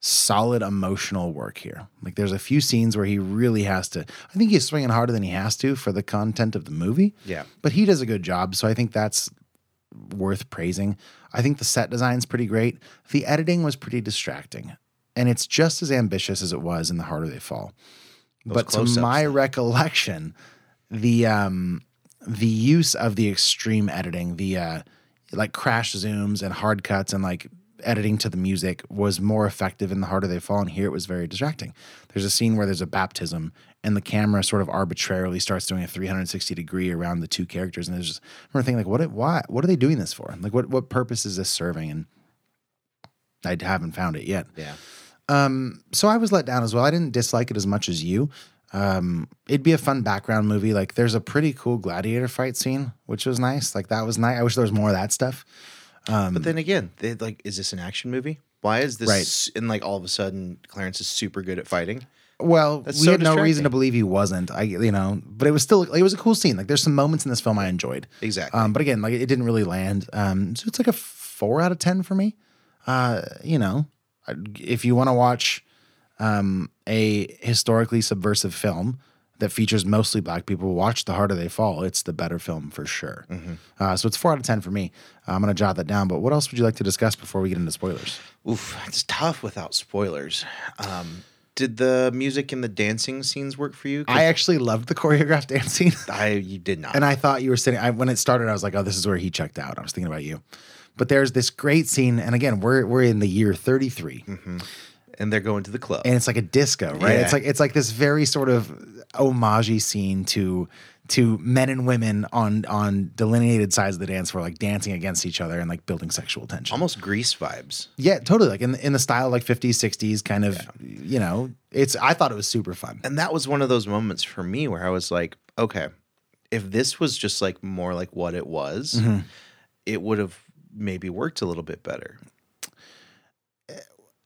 solid emotional work here. Like there's a few scenes where he really has to. I think he's swinging harder than he has to for the content of the movie.
Yeah.
but he does a good job, so I think that's worth praising. I think the set design's pretty great. The editing was pretty distracting, and it's just as ambitious as it was in The Harder They Fall. but
close-ups,
to my recollection, the um, the use of the extreme editing, the uh, like crash zooms and hard cuts and like editing to the music was more effective in The Harder They Fall. And here it was very distracting. There's a scene where there's a baptism and the camera sort of arbitrarily starts doing a 360 degree around the two characters. And there's just, I remember thinking like, what, why, what are they doing this for? Like what, what purpose is this serving? And I haven't found it yet.
yeah
Um, so I was let down as well. I didn't dislike it as much as you. Um, it'd be a fun background movie. Like there's a pretty cool gladiator fight scene, which was nice. Like that was nice. I wish there was more of that stuff.
but then again they like is this an action movie why is this
Right.
s- and like all of a sudden clarence is super good at fighting
Well,
That's
we
so
had no reason
distracting.
to believe he wasn't. I, you know, but it was still it was a cool scene. Like there's some moments in this film I enjoyed.
exactly
Um, but again, like it didn't really land. Um, so it's like a four out of ten for me. Uh, you know, I- if you want to watch um, a historically subversive film that features mostly black people, watch The Harder They Fall. It's the better film for sure. Uh, so it's four out of ten for me. Uh, I'm gonna jot that down. But what else would you like to discuss before we get into spoilers?
Oof, it's tough without spoilers. Um, did the music and the dancing scenes work for you? 'Cause
I actually loved the choreographed dance scene.
I you did not.
And I thought you were sitting. I, when it started, I was like, "Oh, this is where he checked out." I was thinking about you, but there's this great scene, and again, we're we're in the year 33,
and they're going to the club.
and it's like a disco, right?
Yeah.
It's like it's like this very sort of homagey scene to to men and women on on delineated sides of the dance floor, like dancing against each other and like building sexual tension.
Almost grease vibes.
Yeah, totally. Like in the- in the style like 50s, 60s, kind of. You know, it's. I thought it was super fun.
And that was one of those moments for me where I was like, okay, if this was just like more like what it was,
Mm-hmm.
it would have maybe worked a little bit better.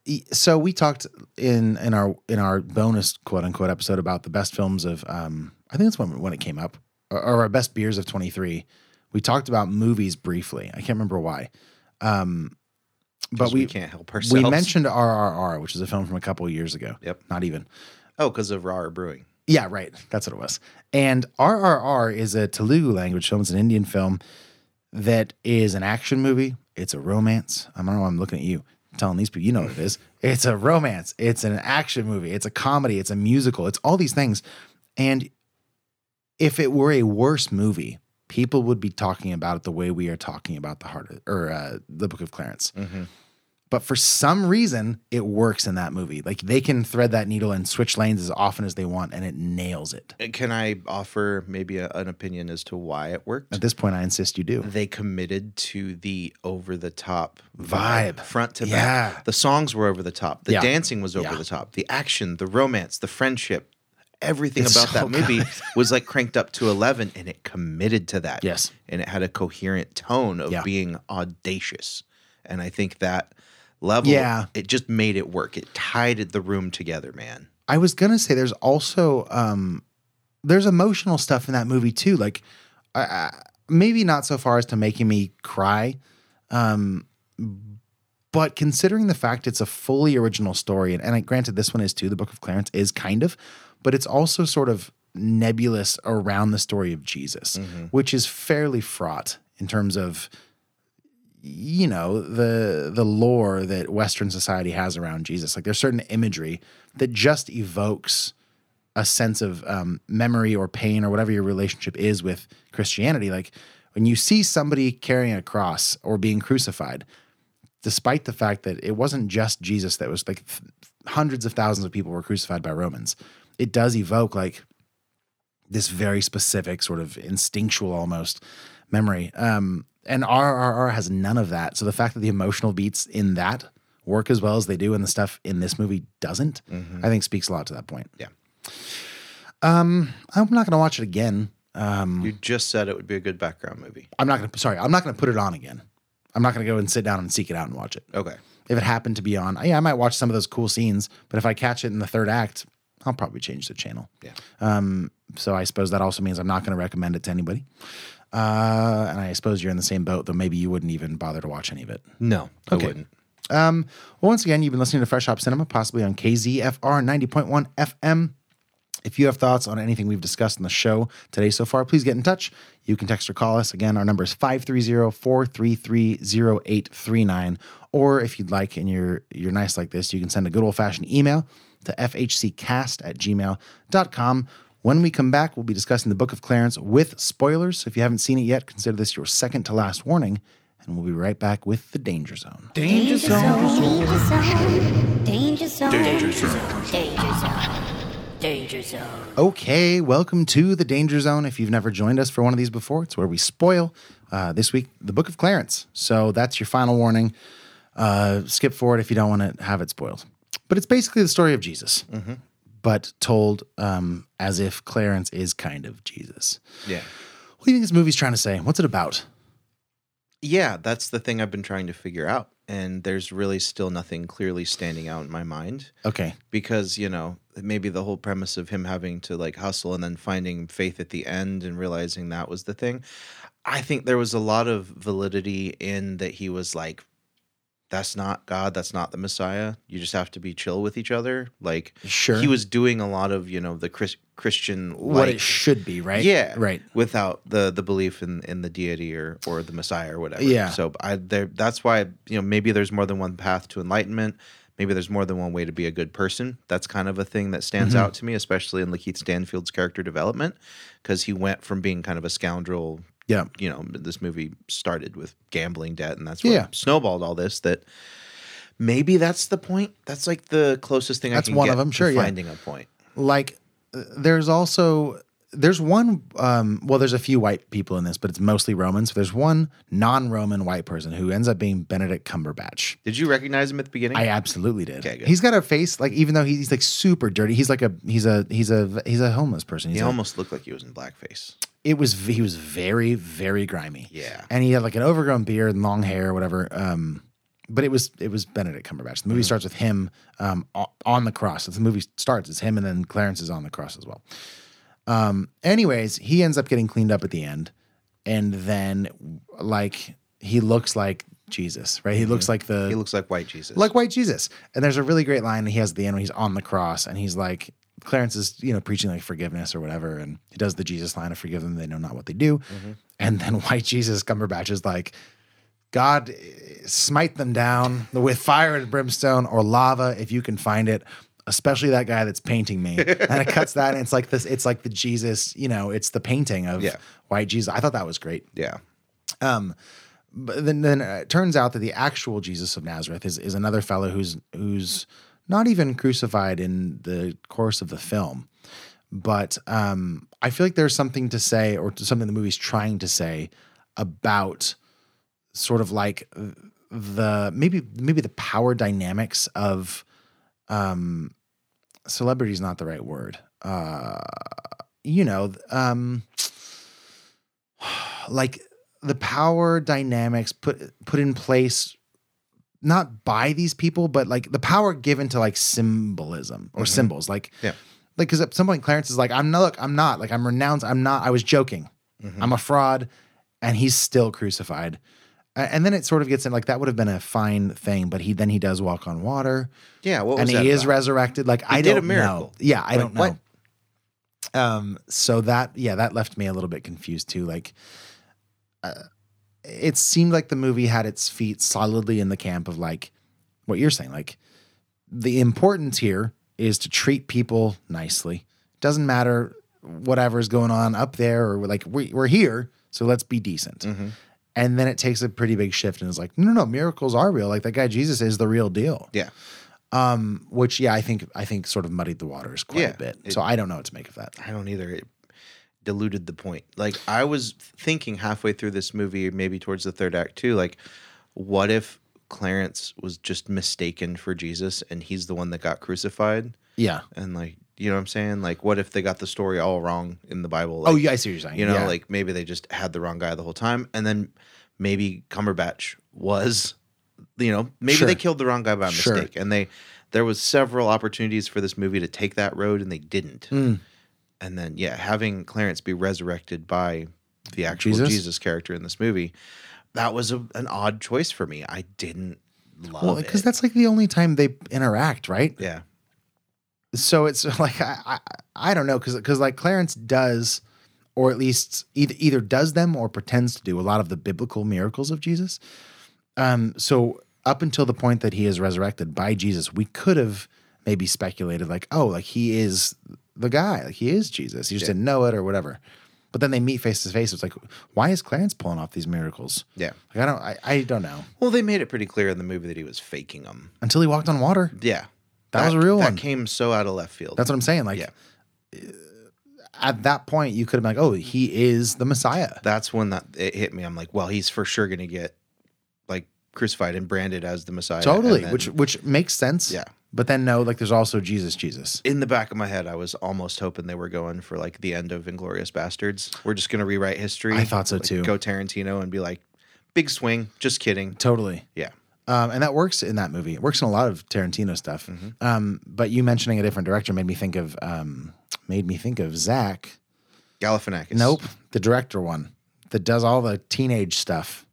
E, so we talked in in our in our bonus quote unquote episode about the best films of um I think that's when when it came up or, or our best beers of 23. We talked about movies briefly. I can't remember why. Um but
'Cause we
we,
can't help
We
ourselves.
mentioned RRR, which is a film from a couple of years ago.
Yep.
Not even.
Oh, because of Rar Brewing.
Yeah, right. That's what it was. And RRR is a Telugu language film. It's an Indian film that is an action movie. It's a romance. I don't know. why I'm looking at you, telling these people. You know what it is. It's a romance. It's an action movie. It's a comedy. It's a musical. It's all these things. And if it were a worse movie, people would be talking about it the way we are talking about the heart of, or uh, the Book of Clarence. But for some reason, it works in that movie. Like they can thread that needle and switch lanes as often as they want, and it nails it.
Uh, Can I offer maybe a, an opinion as to why it worked?
At this point, I insist you do.
They committed to the over the top
Vibe.
front to
Yeah.
back. The songs were over the top. The
Yeah.
dancing was over
Yeah.
the top. The action, the romance, the friendship, everything
It's
about
so
that movie
good.
was like cranked up to 11 and it committed to that.
Yes.
And it had a coherent tone of
Yeah.
being audacious. And I think that level,
Yeah.
it just made it work. It tied the room together, man.
I was gonna say there's also um, there's emotional stuff in that movie too. Like I, I, maybe not so far as to making me cry, um, but considering the fact it's a fully original story, and, and I, granted this one is too. The Book of Clarence is kind of, but it's also sort of nebulous around the story of Jesus, which is fairly fraught in terms of you know the the lore that western society has around jesus like there's certain imagery that just evokes a sense of um, memory or pain or whatever your relationship is with christianity like when you see somebody carrying a cross or being crucified despite the fact that it wasn't just jesus that was like th- hundreds of thousands of people were crucified by romans it does evoke like this very specific sort of instinctual almost memory. Um, and RRR has none of that. So the fact that the emotional beats in that work as well as they do and the stuff in this movie doesn't, I think speaks a lot to that point.
Mm-hmm. Yeah.
Um, I'm not going to watch it again. Um,
You just said it would be a good background movie.
I'm not going to, sorry, I'm not going to put it on again. I'm not going to go and sit down and seek it out and watch it.
Okay.
If it happened to be on, yeah, I might watch some of those cool scenes, but if I catch it in the third act, I'll probably change the channel.
Yeah.
Um, so I suppose that also means I'm not going to recommend it to anybody. Uh, and I suppose you're in the same boat, though maybe you wouldn't even bother to watch any of it.
No, I wouldn't.
Um, well, once again, you've been listening to Fresh Hop Cinema, possibly on KZFR 90.1 FM. If you have thoughts on anything we've discussed in the show today so far, please get in touch. You can text or call us. Again, our number is 530-433-0839. Or if you'd like and you're you're nice like this, you can send a good old-fashioned email to fhccast at gmail.com. When we come back, we'll be discussing the Book of Clarence with spoilers. If you haven't seen it yet, consider this your second to last warning, and we'll be right back with the Danger Zone.
Danger zone. Danger zone.
Danger
Danger
zone.
zone. Danger zone. Danger zone.
Okay, welcome to the Danger Zone. If you've never joined us for one of these before, it's where we spoil uh, this week the Book of Clarence. So that's your final warning. Uh, skip forward if you don't want to have it spoiled. But it's basically the story of Jesus, but told um, as if Clarence is kind of Jesus.
Yeah.
What do you think this movie's trying to say? What's it about?
Yeah, that's the thing I've been trying to figure out. And there's really still nothing clearly standing out in my mind
Okay,
because, you know, maybe the whole premise of him having to like hustle and then finding faith at the end and realizing that was the thing. I think there was a lot of validity in that he was like, that's not God, that's not the Messiah. You just have to be chill with each other. Like,
Sure.
he was doing a lot of, you know, the Chris- Christian
what
like-
it should be, right?
Yeah,
right.
Without the the belief in in the deity or or the Messiah or whatever.
Yeah.
So I there that's why you know maybe there's more than one path to enlightenment. Maybe there's more than one way to be a good person. That's kind of a thing that stands
Mhm.
out to me, especially in Lakeith Stanfield's character development, because he went from being kind of a scoundrel.
Yeah.
You know, this movie started with gambling debt, and that's what
Yeah.
snowballed all this. That maybe that's the point. That's like the closest thing
That's
I can
one
get
of 'em,
to
sure, yeah.
finding a point.
like uh, there's also there's one um well there's a few white people in this but it's mostly romans there's one non-roman white person who ends up being benedict cumberbatch
Did you recognize him at the beginning?
i absolutely did
Okay, good.
he's got a face like even though he's like super dirty he's like a he's a he's a he's a homeless person he's
he
a-
almost looked like he was in blackface.
it was v- he was very very grimy
Yeah.
and he had like an overgrown beard and long hair or whatever um but it was it was Benedict Cumberbatch.
Mm.
The movie starts with him um, o- on the cross. If the movie starts, it's him, and then Clarence is on the cross as well. Um, anyways, he ends up getting cleaned up at the end, and then like he looks like Jesus, right? He looks like the
Mm-hmm. he looks like white Jesus.
like white Jesus. And there's a really great line he has at the end when he's on the cross and he's like, Clarence is, you know, preaching like forgiveness or whatever. And he does the Jesus line of forgive them, they know not what they do.
Mm-hmm.
And then white Jesus Cumberbatch is like, God eh, smite them down with fire and brimstone or lava if you can find it. Especially that guy that's painting me, and it cuts that, and it's like this. It's like the Jesus, you know, it's the painting of
Yeah.
white Jesus. I thought that was great.
yeah.
Um, but then, then uh, it turns out that the actual Jesus of Nazareth is is another fellow who's who's not even crucified in the course of the film. But um, I feel like there's something to say, or to something the movie's trying to say about sort of like the maybe maybe the power dynamics of um, celebrity is not the right word. Uh, you know, um, like the power dynamics put put in place not by these people, but like the power given to like symbolism or symbols, like
Yeah.
like because at some point Clarence is like, I'm not, look, I'm not, like I'm renounced, I'm not, I was joking, I'm a fraud, and he's still crucified. A- And then it sort of gets in like that would have been a fine thing, but he then he does walk on water.
Yeah, what was
and
that
he is
about?
resurrected. Like
He
I
did a
don't know.
miracle.
Yeah, I
Like,
don't know.
what?
Um, so that yeah, that left me a little bit confused too. Like, uh, it seemed like the movie had its feet solidly in the camp of like what you're saying. Like, the importance here is to treat people nicely. Doesn't matter whatever's going on up there or like we, we're here, so let's be decent.
Mm-hmm.
And then it takes a pretty big shift and is like, no, no, no, miracles are real. Like that guy Jesus is the real deal.
Yeah.
Um, which yeah, I think I think sort of muddied the waters quite
Yeah,
a bit.
it-
so I don't know what to make of that.
I don't either. It diluted the point. Like I was thinking halfway through this movie, maybe towards the third act too, like what if Clarence was just mistaken for Jesus and he's the one that got crucified?
Yeah.
And like, you know what I'm saying? Like what if they got the story all wrong in the Bible?
oh
Like,
yeah, I see what you're saying.
You know,
Yeah.
like maybe they just had the wrong guy the whole time and then maybe Cumberbatch was you know, maybe
Sure.
they killed the wrong guy by
Sure.
mistake and they there was several opportunities for this movie to take that road and they didn't
Mm.
and then yeah, having Clarence be resurrected by the actual
Jesus?
Jesus, character in this movie, that was a, an odd choice for me. I didn't love
well,
it.
because that's like the only time they interact, right?
yeah,
so it's like I I, I don't know because like Clarence does or at least either either does them or pretends to do a lot of the biblical miracles of Jesus. Um, so up until the point that he is resurrected by Jesus, we could have maybe speculated like, oh, like he is the guy, like he is Jesus. He just didn't know it or whatever. But then they meet face to face. It's like, why is Clarence pulling off these miracles?
yeah.
Like I don't, I, I don't know.
Well, they made it pretty clear in the movie that he was faking them.
Until he walked on water,
Yeah,
That was a real
that
one.
came so out of left field.
That's what I'm saying. Like
Yeah.
uh, at that point, you could have been like, "Oh, he is the Messiah."
that's when that it hit me. I'm like, well, he's for sure gonna get like crucified and branded as the Messiah. and
totally,
then
which which makes sense.
Yeah.
But then no, like there's also Jesus, Jesus.
in the back of my head, I was almost hoping they were going for like the end of Inglorious Bastards. We're just gonna rewrite history.
I thought so,
Like,
too.
Go Tarantino and be like, big swing. Just kidding.
Totally.
Yeah.
Um, and that works in that movie. It works in a lot of Tarantino stuff.
Mm-hmm.
Um, but you mentioning a different director made me think of um, made me think of Zach.
Galifianakis.
Nope, the director one that does all the teenage stuff.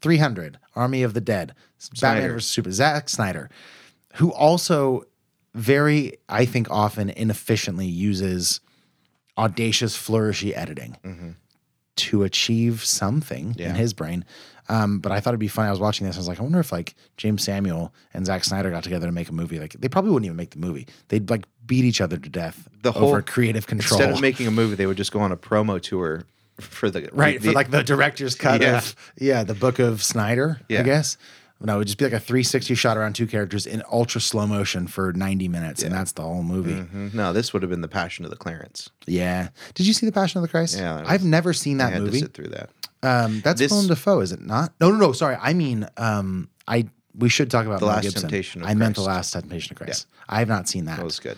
300, Army of the Dead, Batman
Snyder.
vs. Super, Zack Snyder, who also very, I think, often inefficiently uses audacious, flourishy editing to achieve something
Mm-hmm. Yeah.
in his brain. Um, but I thought it'd be funny. I was watching this. I was like, I wonder if like James Samuel and Zack Snyder got together to make a movie. Like they probably wouldn't even make the movie. They'd like beat each other to death
The whole-
over creative control.
Instead of making a movie, they would just go on a promo tour for the
right
the-
for like the director's cut
Yeah.
of yeah the book of snyder i
Yeah.
guess no it would just be like a 360 shot around two characters in ultra slow motion for 90 minutes and that's the whole movie
Mhm. No, this would have been the Passion of the Clarence.
yeah did you see the passion of the christ
Yeah, that was-
i've never seen
I
that
had
movie
to sit through that.
um that's
This-
Willem Dafoe, is it not no no no sorry i mean um i we should talk about
The
Mel
Last
Gibson.
Temptation of
i meant the
Christ.
last temptation of christ i have not seen that
That was good.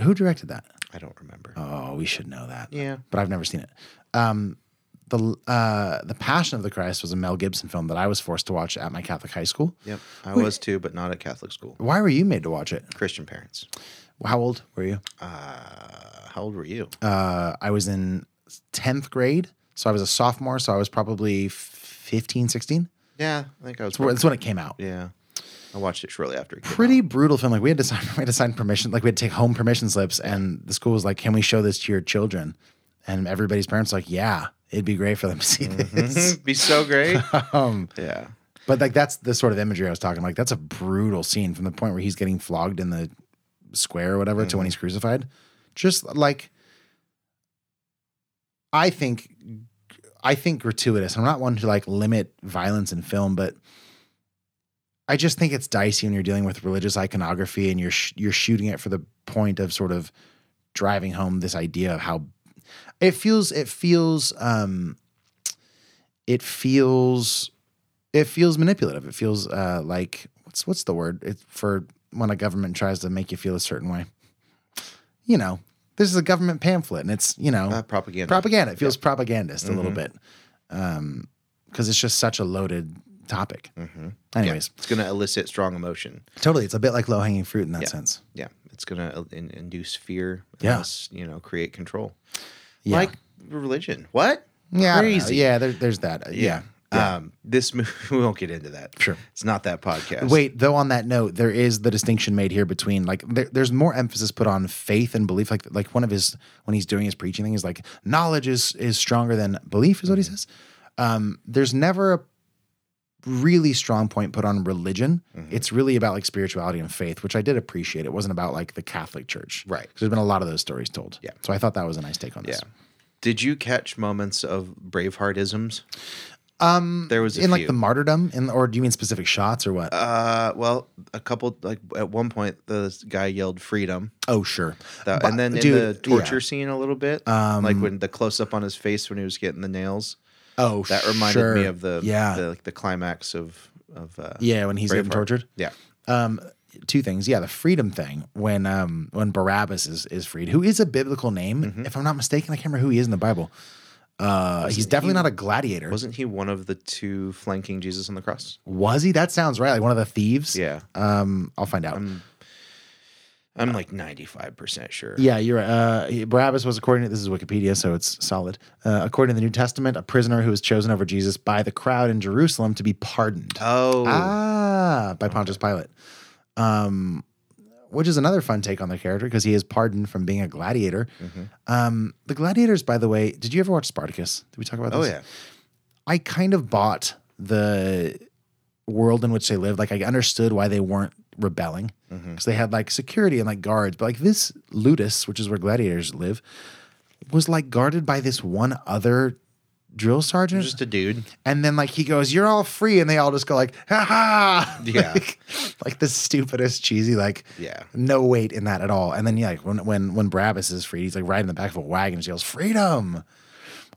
who directed that
I don't remember.
oh we Oh, should know that
Yeah.
but i've never seen it um the uh, the Passion of the Christ was a Mel Gibson film that I was forced to watch at my Catholic high school.
Yep, I was too, but not at Catholic school.
Why were you made to watch it?
Christian parents.
How old were you?
Uh, how old were you?
Uh, I was in tenth grade, so I was a sophomore. So I was probably 15, 16.
Yeah, I think I was.
That's, where- that's when it came out.
Yeah, I watched it shortly after. It came
Pretty brutal film. Like we had to sign, we had to sign permission. Like we had to take home permission slips, and the school was like, "Can we show this to your children?" And everybody's parents were like, "Yeah, it'd be great for them to see this."
out. Be so great.
um,
yeah.
But like that's the sort of imagery I was talking. Like that's a brutal scene from the point where he's getting flogged in the square or whatever to when he's crucified. Just like I think I think gratuitous. I'm not one to like limit violence in film, but I just think it's dicey when you're dealing with religious iconography and you're sh- you're shooting it for the point of sort of driving home this idea of how it feels it feels um it feels it feels manipulative. It feels uh, like what's what's the word it, for when a government tries to make you feel a certain way. You know, this is a government pamphlet, and it's you know
Uh, propaganda.
propaganda. Mm-hmm. It feels propagandist a little
Mhm.
bit because it's just such a loaded topic. Anyways,
It's going to elicit strong emotion.
Mm-hmm. totally, it's a bit like low hanging fruit in that
Yeah.
sense.
Yeah. It's going to in- induce fear. and
Yeah.
thus, You know, create control.
Yeah.
Like religion. What?
Yeah, I don't know.
Crazy.
yeah. There, there's that. Uh, yeah.
Um, this movie, we won't get into that.
Sure.
It's not that podcast.
Wait, though, on that note, there is the distinction made here between like there, there's more emphasis put on faith and belief. Like like one of his when he's doing his preaching thing is like knowledge is is stronger than belief is what he
Mm-hmm.
says. Um, there's never a really strong point put on religion.
Mm-hmm.
It's really about like spirituality and faith, which I did appreciate. It wasn't about like the Catholic Church,
Right.
'Cause there's been a lot of those stories told.
Yeah.
So I thought that was a nice take on this.
Yeah. Did you catch moments of Braveheartisms?
Um,
There was a
in like
few.
the martyrdom, in or do you mean specific shots or what?
Uh, well, a couple, like at one point, the guy yelled freedom.
oh, sure.
That-
But-
and then in the
dude, yeah. Um,
torture scene a little bit, like when the close up on his face when he was getting the nails,
Oh,
that reminded
sure.
me of the
yeah.
the, like, the climax of of uh,
Yeah, when he's getting
Braveheart.
tortured.
Yeah,
Um, two things. Yeah, the freedom thing when um when Barabbas is is freed, who is a biblical name,
Mm-hmm.
if I'm not mistaken. I can't remember who he is in the Bible. Uh, he's definitely
he-
not a gladiator.
wasn't he one of the two flanking Jesus on the cross?
Was he? That sounds right. Like one of the thieves.
Yeah,
Um, I'll find out.
I'm like 95 percent sure.
yeah, you're right. Uh, Barabbas was, according to this is Wikipedia, so it's solid. Uh, according to the New Testament, a prisoner who was chosen over Jesus by the crowd in Jerusalem to be pardoned.
Oh,
Ah, by Pontius Pilate. Um, which is another fun take on the character because he is pardoned from being a gladiator.
Mm-hmm.
Um, the gladiators, by the way, did you ever watch Spartacus? Did we talk about
oh
this?
yeah.
I kind of bought the world in which they lived. Like I understood why they weren't rebelling because
Mm-hmm.
they had like security and like guards. But like this Ludus, which is where gladiators live, was like guarded by this one other drill sergeant.
Just a dude.
And then like he goes, "You're all free," and they all just go like, "Ha ha!"
Yeah.
like, like the stupidest, cheesy, like
Yeah.
no weight in that at all. And then yeah, like when when when Brabus is free, he's like riding the back of a wagon, and yells, "Freedom!"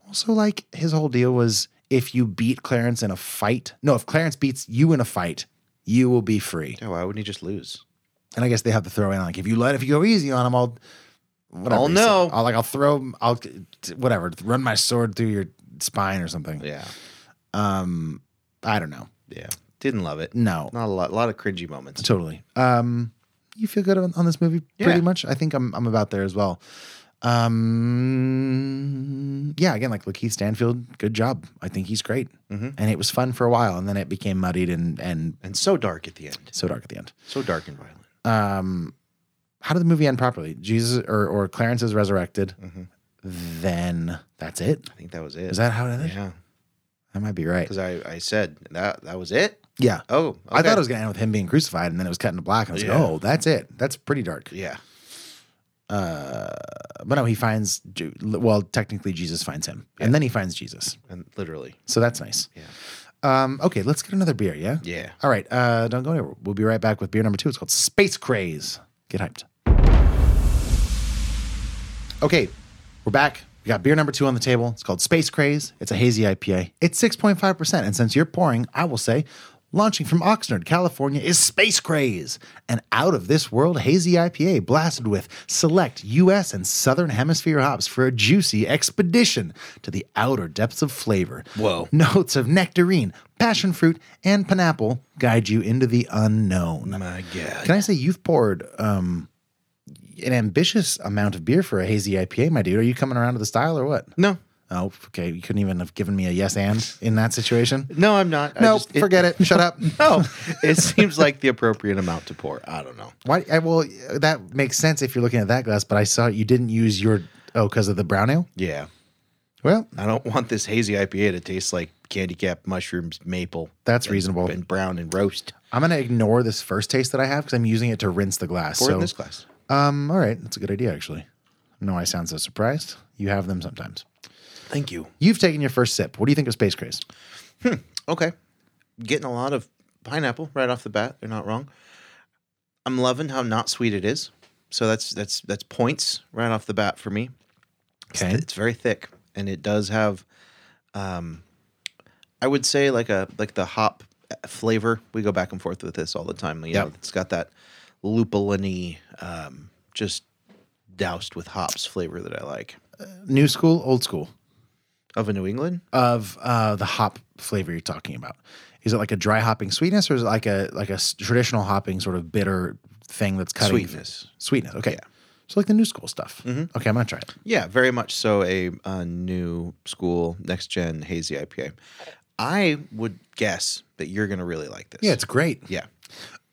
Also, like his whole deal was if you beat Clarence in a fight, no, if Clarence beats you in a fight, you will be free.
Yeah, why wouldn't he just lose?
And I guess they have to throw in like if you let if you go easy on him, I'll whatever
I'll
he said.
know.
I'll like I'll throw him- I'll whatever run my sword through your spine or something.
Yeah,
Um, I don't know.
yeah. Didn't love it.
No,
Not a lot. A lot of cringy moments.
Totally. Um, you feel good on, on this movie
Yeah.
pretty much. I think I'm I'm about there as well. Um, yeah, again, like Lakeith Stanfield, good job. I think he's great,
Mm-hmm.
and it was fun for a while, and then it became muddied and and
And so dark at the end.
so dark at the end.
So dark and violent.
Um, how did the movie end properly? Jesus or or Clarence is resurrected.
Mm-hmm.
Then that's it.
I think that was it.
Is that how it ended?
Yeah.
That might be right.
Because I, I said that that was it.
Yeah.
Oh,
I thought
okay.
it was gonna end with him being crucified, and then it was cut into black, and I was like,
Yeah.
"Oh, that's it. That's pretty dark."
Yeah.
But no, he finds, Ju- well, technically Jesus finds him. And then he finds Jesus.
And literally.
So that's nice.
Yeah.
Um, okay, let's get another beer, yeah?
Yeah.
All right, uh, don't go anywhere. We'll be right back with beer number two. It's called Space Craze. Get hyped. Okay, we're back. We got beer number two on the table. It's called Space Craze. It's a hazy IPA. It's 6.5%. And since you're pouring, I will say, Launching from Oxnard, California is Space Craze, an out of this world hazy IPA blasted with select US and Southern Hemisphere hops for a juicy expedition to the outer depths of flavor.
Whoa.
Notes of nectarine, passion fruit, and pineapple guide you into the unknown.
My God.
Can I say you've poured um, an ambitious amount of beer for a hazy IPA, my dude? Are you coming around to the style or what?
No.
Oh, okay. You couldn't even have given me a yes and in that situation.
No, I'm not. I
No,
just- it-
forget it. Shut up.
No, it seems like the appropriate amount to pour. I don't know.
Why? I, well, that makes sense if you're looking at that glass. But I saw you didn't use your oh because of the brown ale.
Yeah.
Well,
I don't want this hazy IPA to taste like candy cap, mushrooms, maple.
That's
and-
reasonable.
And brown and roast.
I'm gonna ignore this first taste that I have because I'm using it to rinse the glass.
Pour it
so,
in this glass.
Um, all right, that's a good idea actually. No, I sound so surprised. You have them sometimes.
Thank you.
You've taken your first sip. What do you think of Space Craze?
Okay. Getting a lot of pineapple right off the bat. They're not wrong. I'm loving how not sweet it is. So that's that's that's points right off the bat for me.
Okay.
It's, it's very thick and it does have um I would say like a like the hop flavor. We go back and forth with this all the time. You know, it's got that lupulin um just doused with hops flavor that I like.
New school, old school
Of a New England?
of uh, the hop flavor you're talking about. Is it like a dry hopping sweetness, or is it like a like a s- traditional hopping sort of bitter thing that's cutting
Sweetness.
Sweetness. Mm-hmm. Okay. So like the new school stuff. Okay, I'm gonna try it.
Yeah, very much so. A, a new school, next gen hazy IPA. I would guess that you're going to really like this.
Yeah, it's great.
Yeah,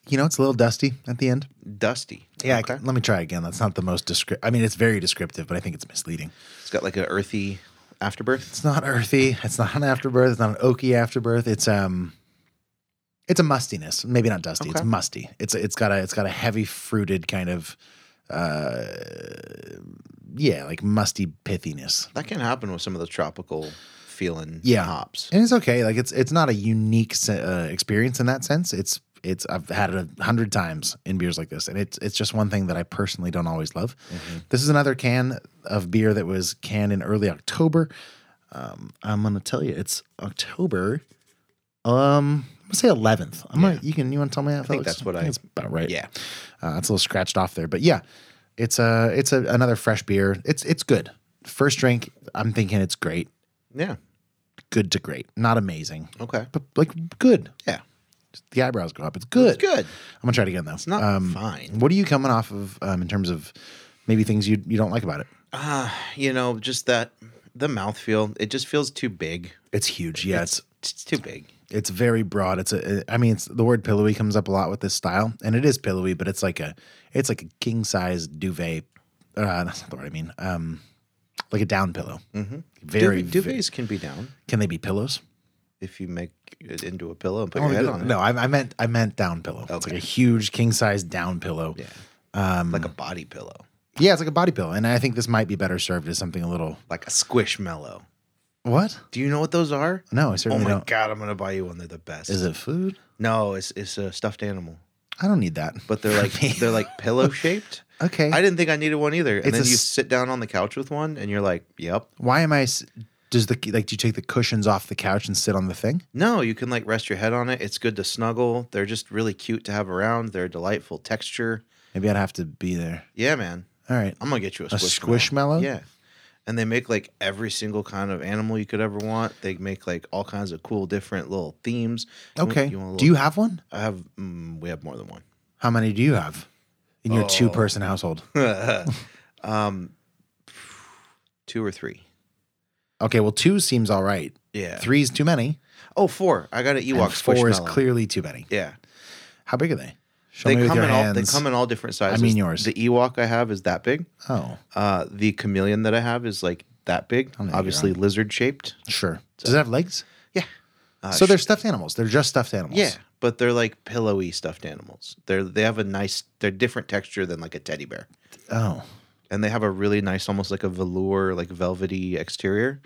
You know, it's a little dusty at the end.
dusty.
Yeah, I can- let me try again. That's not the most descriptive. I mean, it's very descriptive, but I think it's misleading.
It's got like an earthy afterbirth.
It's not earthy. It's not an afterbirth. It's not an oaky afterbirth. It's um, it's a mustiness. Maybe not dusty. It's
Okay.
musty. It's it's got a it's got a heavy fruited kind of, uh, yeah, like musty pithiness.
That can happen with some of the tropical feeling
Yeah,
hops.
and it's okay. Like it's it's not a unique se- uh, experience in that sense. It's it's I've had it a hundred times in beers like this, and it's it's just one thing that I personally don't always love.
Mm-hmm.
This is another can of beer that was canned in early October. Um, I'm gonna tell you, it's October. Um, I'm gonna say 11th. I'm gonna you can you want to tell me? How I
think that's what I-
That's about right.
Yeah.
uh, it's a little scratched off there, but yeah, it's a it's a, another fresh beer. It's it's good. First drink, I'm thinking it's great.
Yeah.
Good to great, not amazing
Okay.
but like good.
Yeah.
The eyebrows go up. It's good.
It's good.
I'm gonna try it again though. It's
not fine.
What are you coming off of um, in terms of maybe things you you don't like about it?
You know, just that the mouthfeel. It just feels too big.
It's huge. Yeah, it's
It's too big.
it's very broad. It's a I mean, it's the word pillowy comes up a lot with this style, and it is pillowy, but it's like a it's like a king size duvet. Uh, that's not the word I mean. Um, like a down pillow. Mm-hmm. Very
Duvet-
ve-
duvets can be down
Can they be pillows?
if you make it into a pillow and put
Oh,
your head
good.
on it.
no, I, I meant I meant down pillow. It's like a huge king size down pillow.
Yeah.
Um,
like a body pillow,
Yeah, it's like a body pillow, and I think this might be better served as something a little
like a squishmallow.
what?
Do you know what those are?
No, I
Oh
certainly
my
don't.
god, I'm gonna buy you one. They're the best.
Is it food?
No, it's it's a stuffed animal,
I don't need that.
but they're like they're like pillow shaped.
Okay.
I didn't think I needed one either. And
It's
then
a
you
s-
sit down on the couch with one, and you're like, "Yep."
Why am I? s- Does the like? Do you take the cushions off the couch and sit on the thing?
No, you can like rest your head on it. It's good to snuggle. They're just really cute to have around. They're a delightful texture.
Maybe I'd have to be there.
Yeah, man.
All right.
I'm gonna get you a,
A squishmallow?
Yeah. And they make like every single kind of animal you could ever want. They make like all kinds of cool, different little themes. You want-
Okay.
want a
do you
little-
have one?
I have. Mm, we have more than one.
How many do you have in
Oh.
your two person household?
um, two or three.
Okay. Well, two seems all right.
Yeah.
Three's too many.
Oh, four. I got an
and
Ewok
four is
squishmallow.
clearly too many.
Yeah.
How big are they? Show
They
me
come
with your
in all. They
hands.
come in all different sizes.
mean yours.
The Ewok I have is that big.
Oh,
Uh, the chameleon that I have is like that big.
know you're
Obviously lizard shaped.
sure. Does it have legs?
Yeah. Uh,
so
sh-
they're stuffed animals. They're just stuffed animals.
yeah, but they're like pillowy stuffed animals. They're they have a nice. They're different texture than like a teddy bear,
Oh.
and they have a really nice, almost like a velour, like velvety exterior.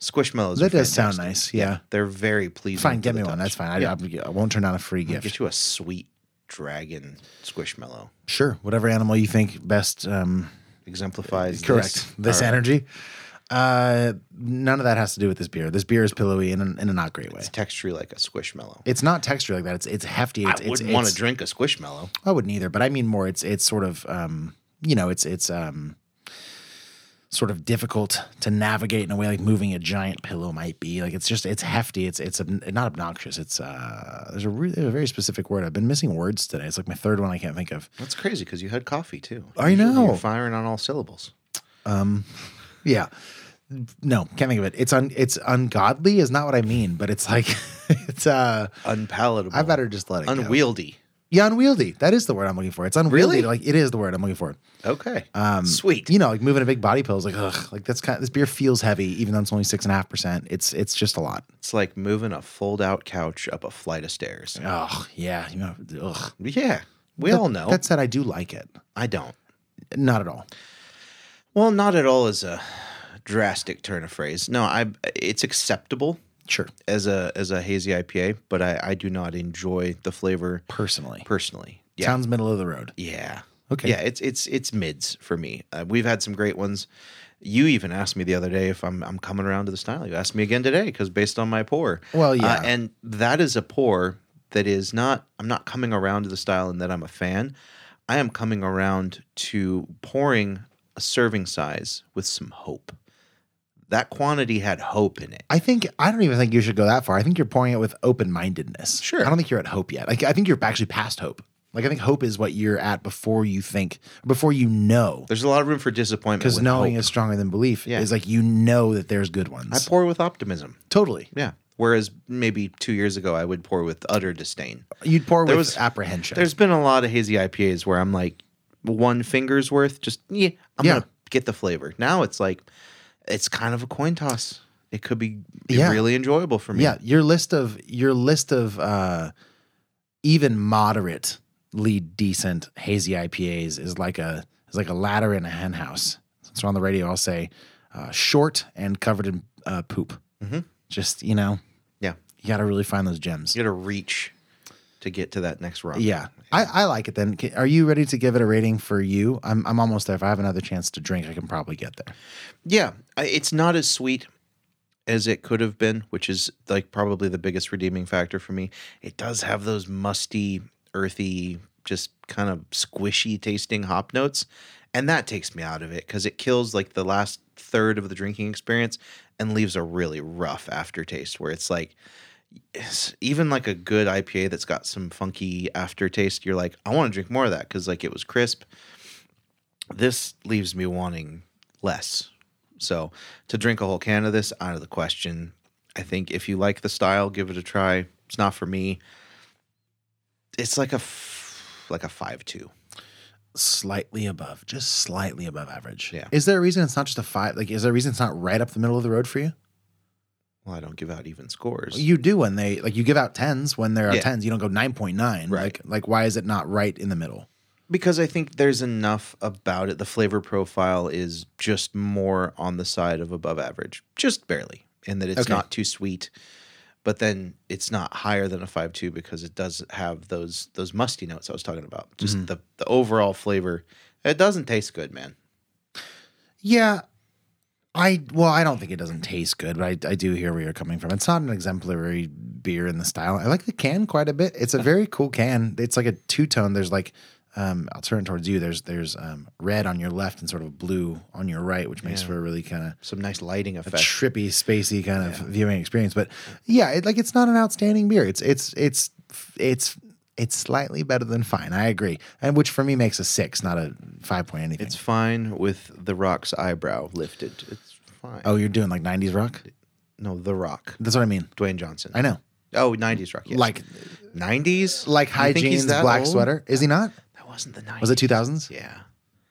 Squishmallows.
That
are
does sound
fantastic.
nice. Yeah.
They're very pleasing.
Fine,
to
get
the
me one.
touch.
That's fine. I,
Yeah.
I, I won't turn down a free gift.
Get you a sweet dragon squishmallow.
Sure, whatever animal you think best um,
Exemplifies
correct
This,
this
All right.
energy. Uh, none of that has to do with this beer. This beer is pillowy in, an, in a not great way.
It's texture like a squishmallow.
It's not texture like that. It's it's hefty.
I
It's, it's-
wouldn't want to
it's-
drink a squishmallow.
I wouldn't either, but I mean more. It's it's sort of um, you know, it's it's um, sort of difficult to navigate in a way like moving a giant pillow might be. Like it's just it's hefty. It's it's ob- not obnoxious. It's uh, there's a re- there's a very specific word. I've been missing words today. It's like my third one I can't think of.
That's crazy because you had coffee too.
I
Usually
know.
You're firing on all syllables.
Um, yeah. No, can't think of it. It's un it's ungodly is not what I mean, but it's like it's uh
unpalatable.
I better just let it go.
Unwieldy.
Yeah, unwieldy. That is the word I'm looking for. It's unwieldy.
Really?
Like it is the word I'm looking for.
Okay.
Um,
Sweet.
You know, like moving a big body pill is like ugh. Like that's kind. this beer feels heavy, even though it's only six and a half percent. It's it's just a lot.
It's like moving a fold out couch up a flight of stairs.
Oh yeah, you know. Ugh.
Yeah. We
That-
all know.
That said, I do like it.
I don't.
Not at all.
Well, not at all is a drastic turn of phrase. No, I it's acceptable
Sure.
as a as a hazy IPA, but I, I do not enjoy the flavor
Personally,
personally. Yeah.
sounds middle of the road.
yeah.
Okay.
Yeah, it's it's it's mids for me. Uh, we've had some great ones. You even asked me the other day if I'm I'm coming around to the style. You asked me again today because based on my pour. Uh,
Well, yeah.
and that is a pour that is not. I'm not coming around to the style and that I'm a fan. I am coming around to pouring a serving size with some hope. That quantity had hope in it.
I think I don't even think you should go that far. I think you're pouring it with open mindedness.
Sure.
I don't think you're at hope yet. Like I think you're actually past hope. Like I think hope is what you're at before you think, before you know.
There's a lot of room for disappointment
Because
with
knowing
hope.
is stronger than belief.
Yeah.
Is like you know that there's good
I
ones.
pour with optimism.
totally.
Yeah. Whereas maybe two years ago I would pour with utter disdain.
You'd pour
There
with
was-
apprehension.
There's been a lot of hazy IPAs where I'm like one finger's worth. Just yeah, I'm
Yeah.
gonna get the flavor. Now it's like it's kind of a coin toss. It could be, be
Yeah.
really enjoyable for me.
Yeah, your list of your list of uh, even moderately decent hazy IPAs is like a is like a ladder in a hen house. Since we're on the radio, I'll say uh, short and covered in uh, poop.
Mhm.
Just you know,
yeah.
you got to really find those gems.
You got to reach to get to that next rung.
Yeah, I, I like it. Then, Ca- are you ready to give it a rating for you? I'm I'm almost there. If I have another chance to drink, I can probably get there.
yeah. I- It's not as sweet as it could have been, which is like probably the biggest redeeming factor for me. It does have those musty, earthy, just kind of squishy tasting hop notes. And that takes me out of it because it kills like the last third of the drinking experience and leaves a really rough aftertaste where it's like, yes, even like a good IPA that's got some funky aftertaste, you're like, I want to drink more of that because like it was crisp. This leaves me wanting less. So to drink a whole can of this, out of the question. I think if you like the style, give it a try. It's not for me. It's like a f- like a five two.
Slightly above, just slightly above average.
Yeah.
Is there a reason it's not just a five? Like, is there a reason it's not right up the middle of the road for you?
Well, I don't give out even scores.
Oh, You do when they like you give out tens when there are
Yeah.
tens. You don't go nine point nine.
Right.
Like like why is it not right in the middle?
because I think there's enough about it. The flavor profile is just more on the side of above average, just barely, in that it's
Okay.
not too sweet, but then it's not higher than a five two because it does have those those musty notes I was talking about. Just
Mm-hmm.
the the overall flavor. It doesn't taste good, man.
Yeah. I well, I don't think it doesn't taste good, but I, I do hear where you're coming from. It's not an exemplary beer in the style. I like the can quite a bit.
Uh-huh.
It's a very cool can. It's like a two tone. There's like um, I'll turn towards you. There's there's um, red on your left and sort of blue on your right, which makes
Yeah.
for a really kind of
Some nice lighting
a
effect.
trippy, spacey kind of viewing experience. But yeah, it, like it's not an outstanding beer. It's it's it's it's it's slightly better than fine. I agree, and which for me makes a six, not a five point anything.
It's fine with The Rock's eyebrow lifted. It's fine.
oh, you're doing like '90s rock.
no, The Rock,
That's what I mean.
Dwayne Johnson.
I know,
Oh, 90s Rock. Yes.
like
90s?
like high
You think he's
jeans,
that
black
old?
sweater. Is he not?
That wasn't the 90s.
Was it 2000s?
Yeah.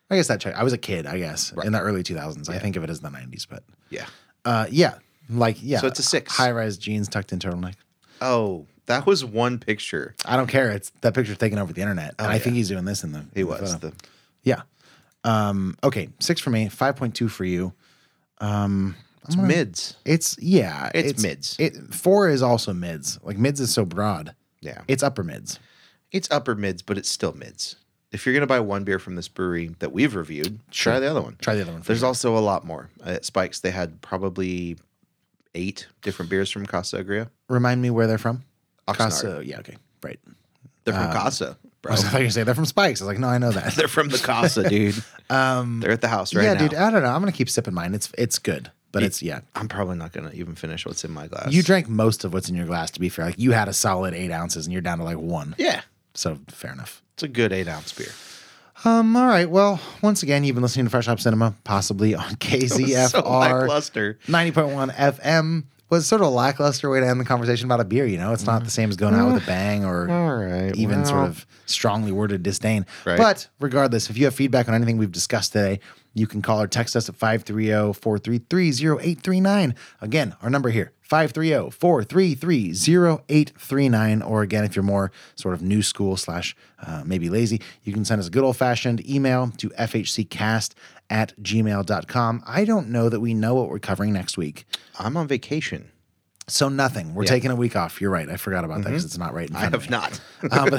I guess that check. I was a kid. I guess in the early 2000s. I think of it as the '90s, but
Yeah.
uh, yeah, like yeah.
So it's a six.
High rise jeans tucked in turtleneck.
Oh, that was one picture.
I don't care. It's that picture's taken over the internet, and I think he's doing this in the.
Oh, He
in the
was.
photo.
The,
Yeah. Um, okay, six for me, five point two for you. Um,
it's mids.
it's yeah,
It's mids.
It four is also mids. Like mids is so broad.
Yeah.
It's upper mids.
It's upper mids, but it's still mids. if you're going to buy one beer from this brewery that we've reviewed, try the other one.
Try the other one.
There's also a lot more. Uh, At Spikes, they had probably eight different beers from Casa Agria.
Remind me where they're from.
Oxnard.
Casa. Yeah. Okay. Right.
They're from
Um,
Casa, bro.
I was going to say they're from Spikes. I was like, no, I know that.
They're from the Casa, dude.
um,
They're at the house right
yeah,
now.
dude. I don't know. I'm gonna keep sipping mine. It's it's good, but it's yeah.
I'm probably not going to even finish what's in my glass.
You drank most of what's in your glass. To be fair, like you had a solid eight ounces, and you're down to like one.
Yeah.
So fair enough.
It's a good eight ounce beer.
Um. All right. Well, once again, you've been listening to Fresh Hop Cinema, possibly on
So
KZFR
lackluster.
ninety point one FM. Was sort of a lackluster way to end the conversation about a beer. You know, it's not the same as going out with a bang or
Mm. All right.
even
well.
sort of strongly worded disdain.
Oh. Right.
But regardless, if you have feedback on anything we've discussed today, you can call or text us at oh, 530 433 0839. Again, our number here oh, 530 433 0839. Or again, if you're more sort of new school slash uh, maybe lazy, you can send us a good old fashioned email to fhccast at gmail.com. I don't know that we know what we're covering next week.
I'm on vacation.
So nothing. We're
Yeah. Mm-hmm.
taking a week off. You're right. I forgot about that because it's not right. In
I
front of
have
me.
not.
um,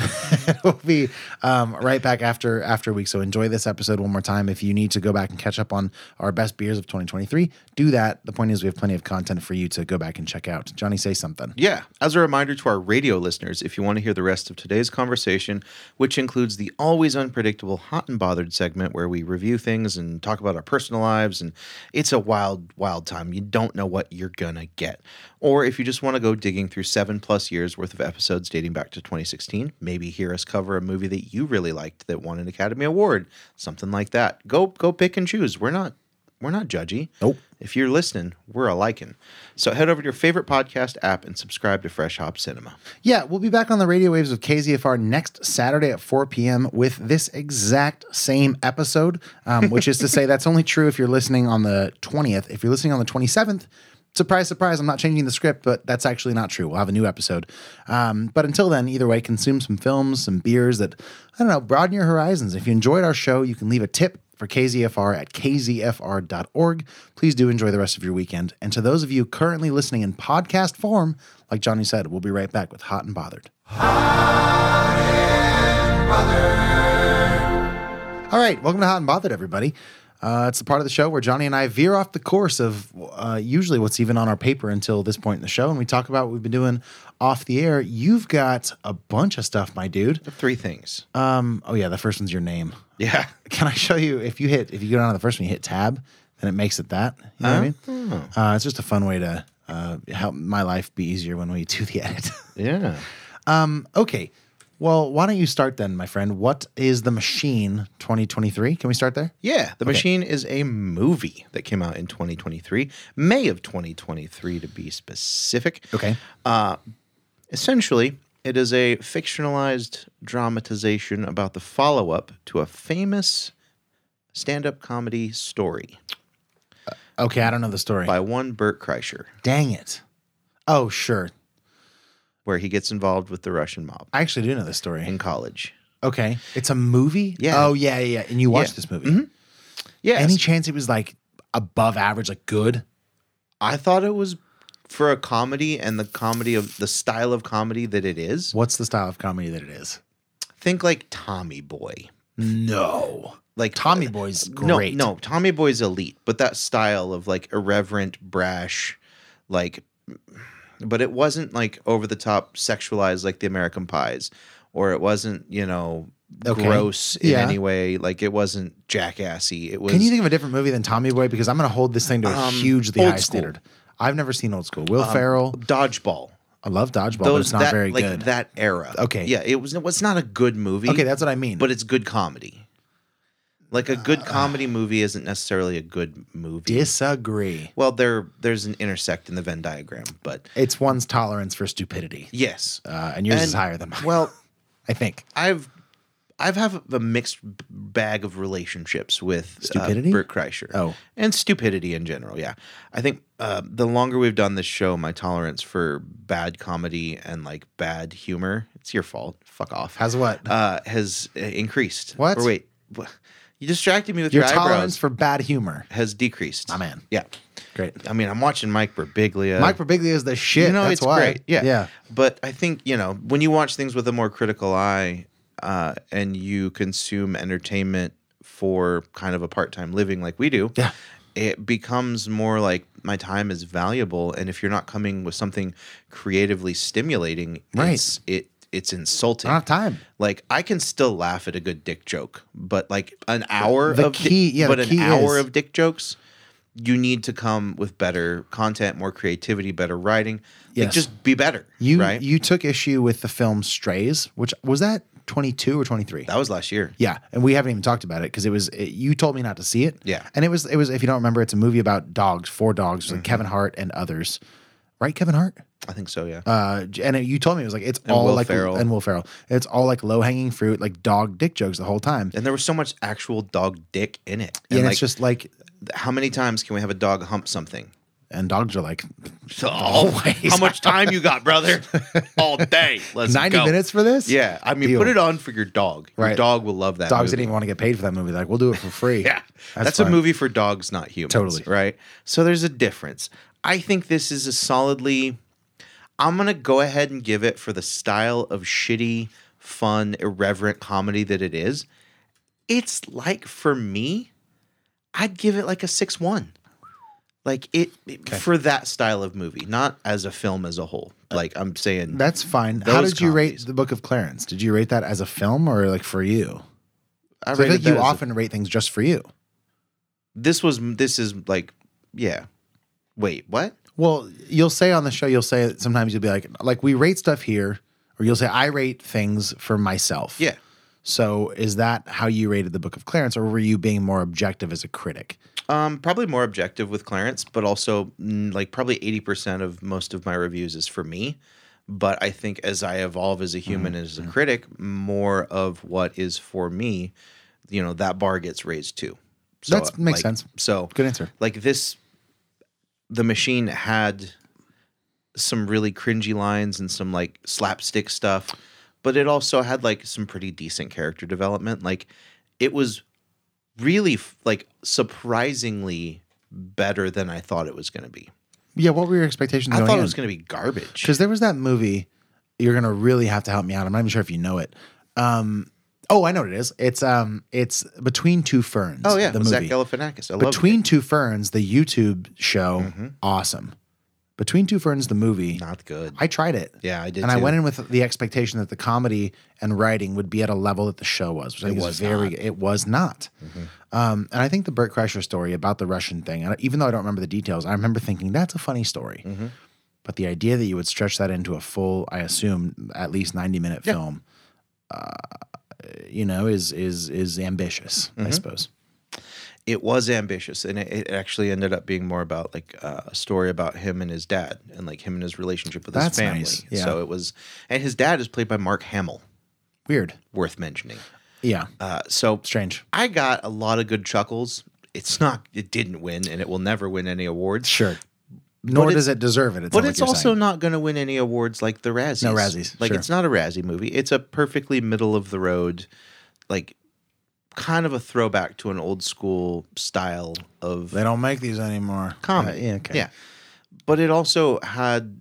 but we'll be um, right back after after a week. So enjoy this episode one more time. If you need to go back and catch up on our best beers of 2023, do that. The point is we have plenty of content for you to go back and check out. Johnny, say something.
Yeah. As a reminder to our radio listeners, if you want to hear the rest of today's conversation, which includes the always unpredictable hot and bothered segment where we review things and talk about our personal lives, and it's a wild, wild time. You don't know what you're going to get. Or if you just want to go digging through seven plus years worth of episodes dating back to 2016, maybe hear us cover a movie that you really liked that won an Academy Award, something like that. Go, go pick and choose. We're not we're not judgy.
Nope.
If you're listening, we're a liking. So head over to your favorite podcast app and subscribe to Fresh Hop Cinema.
Yeah, we'll be back on the radio waves of KZFR next Saturday at 4 p.m. with this exact same episode, um, which is to say that's only true if you're listening on the 20th. If you're listening on the 27th, surprise, surprise, I'm not changing the script, but that's actually not true. We'll have a new episode. Um, but until then, either way, consume some films, some beers that, I don't know, broaden your horizons. If you enjoyed our show, you can leave a tip for KZFR at kzfr.org. Please do enjoy the rest of your weekend. And to those of you currently listening in podcast form, like Johnny said, we'll be right back with Hot and Bothered. All right, welcome to Hot and Bothered, everybody. Uh, it's the part of the show where Johnny and I veer off the course of uh, usually what's even on our paper until this point in the show, and we talk about what we've been doing off the air. You've got a bunch of stuff, my dude.
Three things.
Um, oh yeah, the first one's your name.
Yeah.
Can I show you if you hit if you go down to the first one, you hit tab, then it makes it that. You know what I mean? Uh, it's just a fun way to uh, help my life be easier when we do the edit.
Yeah.
um, okay. Well, why don't you start then, my friend? What is the machine 2023? Can we start there?
Yeah. The Machine is a movie that came out in 2023, May of 2023 to be specific.
Okay.
Uh, essentially, it is a fictionalized dramatization about the follow up to a famous stand up comedy story
Okay, I don't know the story.
by one Burt Kreischer,
Dang it. Oh, sure.
where he gets involved with the Russian mob
I actually do know this story.
in college.
Okay. It's a movie?
Mm-hmm. Yeah.
Oh, yeah, yeah. yeah. And you watched
Yeah. Mm-hmm.
this movie.
Yeah.
Any chance it was like above average, like good?
I thought it was for a comedy and the comedy of the style of comedy that it is.
What's the style of comedy that it is?
Think like Tommy Boy.
No.
Like
Tommy Boy's
Uh, no,
great.
no, Tommy Boy's elite, but that style of like irreverent, brash, like but it wasn't like over the top sexualized like the American Pies or it wasn't, you know,
Okay.
gross in
Yeah.
any way, like it wasn't jackassy. It was
Can you think of a different movie than Tommy Boy? Because I'm going to hold this thing to a
Um,
hugely
Old
high
School.
standard. I've never seen Old School. Will Ferrell.
Dodgeball.
I love Dodgeball, but
Those
it's not
that,
very
like
good.
that era.
Okay.
Yeah, it was it's not a good movie.
okay, that's what I mean.
but it's good comedy. Like a good comedy movie isn't necessarily a good movie.
disagree.
well, there there's an intersect in the Venn diagram, but
It's one's tolerance for stupidity,
yes,
uh, and yours is
And-
higher than mine.
well,
I think.
I've I've have a mixed b- bag of relationships with uh,
Stupidity?
Bert Kreischer.
Oh.
and stupidity in general. Yeah, I think uh, the longer we've done this show, my tolerance for bad comedy and like bad humor, it's your fault. Fuck off.
Has what?
uh, has uh, increased.
What?
Or wait, wh- you distracted me with your,
Your tolerance
eyebrows.
for bad humor.
has decreased.
My man.
Yeah.
Great.
I mean, I'm watching Mike Birbiglia.
Mike Birbiglia is the shit.
You know,
that's
it's
why.
great. Yeah.
Yeah.
But I think, you know, when you watch things with a more critical eye, uh, and you consume entertainment for kind of a part time living like we do,
yeah.
it becomes more like my time is valuable. And if you're not coming with something creatively stimulating,
Right.
it's, it, it's insulting.
I don't have time.
Like I can still laugh at a good dick joke, but like an hour
The
of di-
key- yeah, the
but an
key
hour
is-
of dick jokes, you need to come with better content, more creativity, better writing. Like
Yes.
just be better.
You
right?
you took issue with the film Strays, which was that 22 or 23?
that was last year.
Yeah, and we haven't even talked about it because it was it, you told me not to see it.
Yeah. Mm-hmm.
and it was it was if you don't remember, it's a movie about dogs, four dogs, with Kevin Hart and others, right? Kevin Hart.
I think so, yeah.
Uh, j- and it, you told me it was like it's
And
all
Will
like
Ferrell.
and Will Ferrell. It's all like low hanging fruit, like dog dick jokes the whole time.
and there was so much actual dog dick in it.
And,
like,
it's just like,
how many times can we have a dog hump something?
and dogs are like
So, How much time you got, brother? All day. Let's
90
go.
minutes for this.
Yeah, I mean,
Deal.
put it on for your dog. Your
Right.
dog will love that.
Dogs
movie.
didn't even want to get paid for that movie. Like we'll do it for free.
Yeah. That's, a
fine.
movie for dogs, not humans.
Totally.
Right. So there's a difference. I think this is a solidly. I'm going to go ahead and give it for the style of shitty, fun, irreverent comedy that it is. It's like, for me, I'd give it like a 6 1. Like it, it- for that style of movie, not as a film as a whole. Like I'm saying,
That's fine. How
Those
did you rate the Book of Clarence? Did you rate that as a film or like for you?
I
So I feel
rated
like you
that as a-
often rate things just for you.
this was this is like, yeah. Wait, what?
Well, you'll say on the show, you'll say sometimes you'll be like, like we rate stuff here, or you'll say I rate things for myself.
Yeah.
So is that how you rated the Book of Clarence, or were you being more objective as a critic?
Um, probably more objective with Clarence, but also mm, like probably 80% of most of my reviews is for me. But I think as I evolve as a
Mm-hmm.
human and as a critic, more of what is for me, you know, that bar gets raised too.
That's- makes
like,
sense.
So
Good answer.
like this the machine had some really cringy lines and some like slapstick stuff but it also had like some pretty decent character development like it was really f- like surprisingly better than i thought it was going to be
Yeah. What were your expectations?
i
going
thought
in?
it was going to be garbage
Because there was that movie. You're gonna really have to help me out. I'm not even sure if you know it. Um, oh, I know what it is. It's um, it's between two ferns.
oh yeah
the
with zach
movie.
galifianakis i love
between two ferns, the YouTube show,
Mm-hmm.
awesome. Between two ferns, the movie.
not good
I tried it.
yeah i did
and I
too.
went in with the expectation that the comedy and writing would be at a level that the show was, which I think was
was Mm-hmm.
very. It was not. Um, and I think the Bert Kreischer story about the Russian thing, and even though I don't remember the details, I remember thinking that's a funny story.
Mm-hmm.
But the idea that you would stretch that into a full, I assume, at least ninety minute
Yeah.
film, uh, you know, is is is ambitious, I
Mm-hmm.
suppose.
it was ambitious and it, it actually ended up being more about like uh, a story about him and his dad and like him and his relationship with
That's
his family
nice, yeah.
so it was and his dad is played by mark hamill
Weird.
worth mentioning
Yeah.
uh, so
Strange.
I got a lot of good chuckles. It's not, it didn't win, and it will never win any awards.
Sure. Nor
it-
does it deserve it.
But
not like
it's
you're
also
saying.
not going to win any awards like the Razzies.
No Razzies,
Like
sure.
it's not a Razzie movie. It's a perfectly middle of the road, like kind of a throwback to an old school style of
They don't make these anymore.
comedy.
Uh, yeah. Okay.
Yeah. But it also had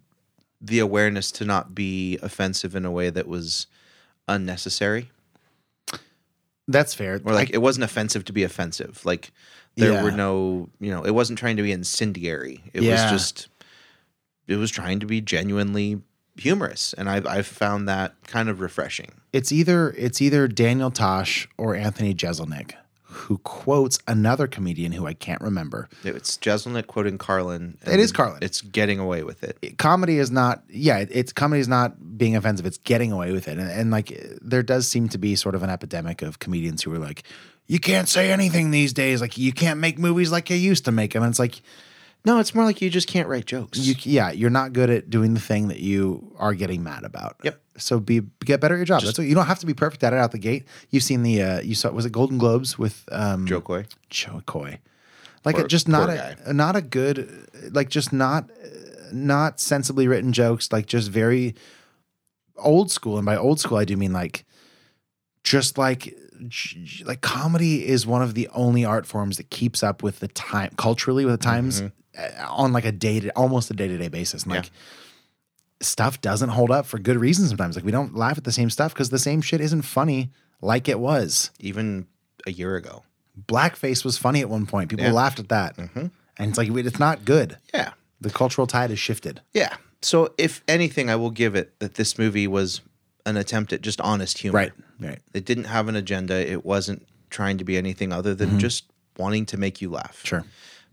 the awareness to not be offensive in a way that was unnecessary.
That's fair.
or like
I-
it wasn't offensive to be offensive. Like there were
Yeah.
no, you know, it wasn't trying to be incendiary. It was
Yeah.
just, it was trying to be genuinely humorous, and I've I've found that kind of refreshing.
it's either it's either Daniel Tosh or Anthony Jeselnik who quotes another comedian who I can't remember.
It's Jeselnik quoting Carlin.
It is Carlin.
It's getting away with it.
Comedy is not yeah, it- it's comedy is not being offensive, it's getting away with it. And, and like there does seem to be sort of an epidemic of comedians who are like you can't say anything these days. Like you can't make movies like you used to make them. And it's like
No, it's more like you just can't write jokes.
you yeah, you're not good at doing the thing that you are getting mad about.
Yep.
So be get better at your job. That's what, you don't have to be perfect at it out the gate. You've seen the uh, you saw was it Golden Globes with um
Joe Coy.
Joe Coy. Like
Poor-
just not
poor
a, not a good like just not not sensibly written jokes, like just very old school and by old school I do mean like just like j- j- like comedy is one of the only art forms that keeps up with the
Mm-hmm.
eh, time culturally with the times uh on like a day to almost a day-to-day basis and like stuff doesn't hold up for good reason sometimes. Like we don't laugh at the same stuff because the same shit isn't funny like it was
even a year ago.
Blackface was funny at one point. People
Yeah.
laughed at that, and it's like wait, it's not good.
Yeah,
the cultural tide has shifted.
Yeah. So if anything, I will give it that this movie was an attempt at just honest humor.
Right, right.
It didn't have an agenda. It wasn't trying to be anything other than just wanting to make you laugh.
Mm-hmm. Sure.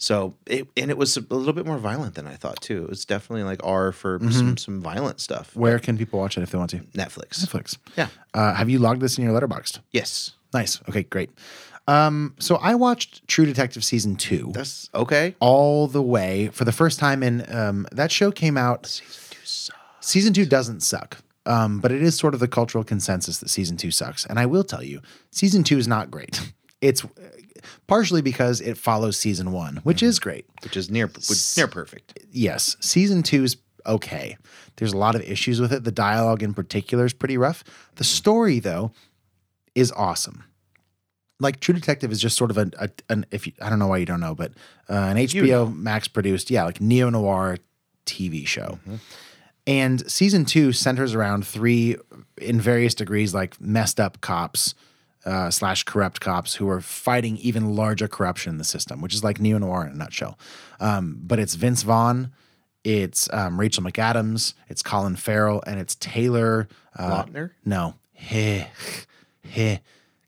So it and it was a little bit more violent than I thought too. It was definitely like R for
Mhm.
some some violent stuff.
Where can people watch it if they want to?
Netflix.
Netflix.
Yeah.
Uh, have you logged this in your letterboxd?
Yes.
Nice. Okay, great. Um, so I watched True Detective season two.
That's okay.
All the way for the first time in um, that show came out. Season two sucks. Season two doesn't suck, um, but it is sort of the cultural consensus that season two sucks. And I will tell you, season two is not great. It's uh, partially because it follows season one, which is great.
Which is near which is near perfect.
Yes, season two is okay. There's a lot of issues with it. The dialogue in particular is pretty rough. The story, though, is awesome. Like True Detective is just sort of a, a an if you, I don't know why you don't know, but uh, an HBO Max produced, yeah, like neo noir TV show. And season two centers around three, in various degrees, like messed up cops uh, slash corrupt cops who are fighting even larger corruption in the system, which is like neo noir in a nutshell. Um, but it's Vince Vaughn, it's um, Rachel McAdams, it's Colin Farrell, and it's Taylor uh,
Lautner?
No, heh, heh.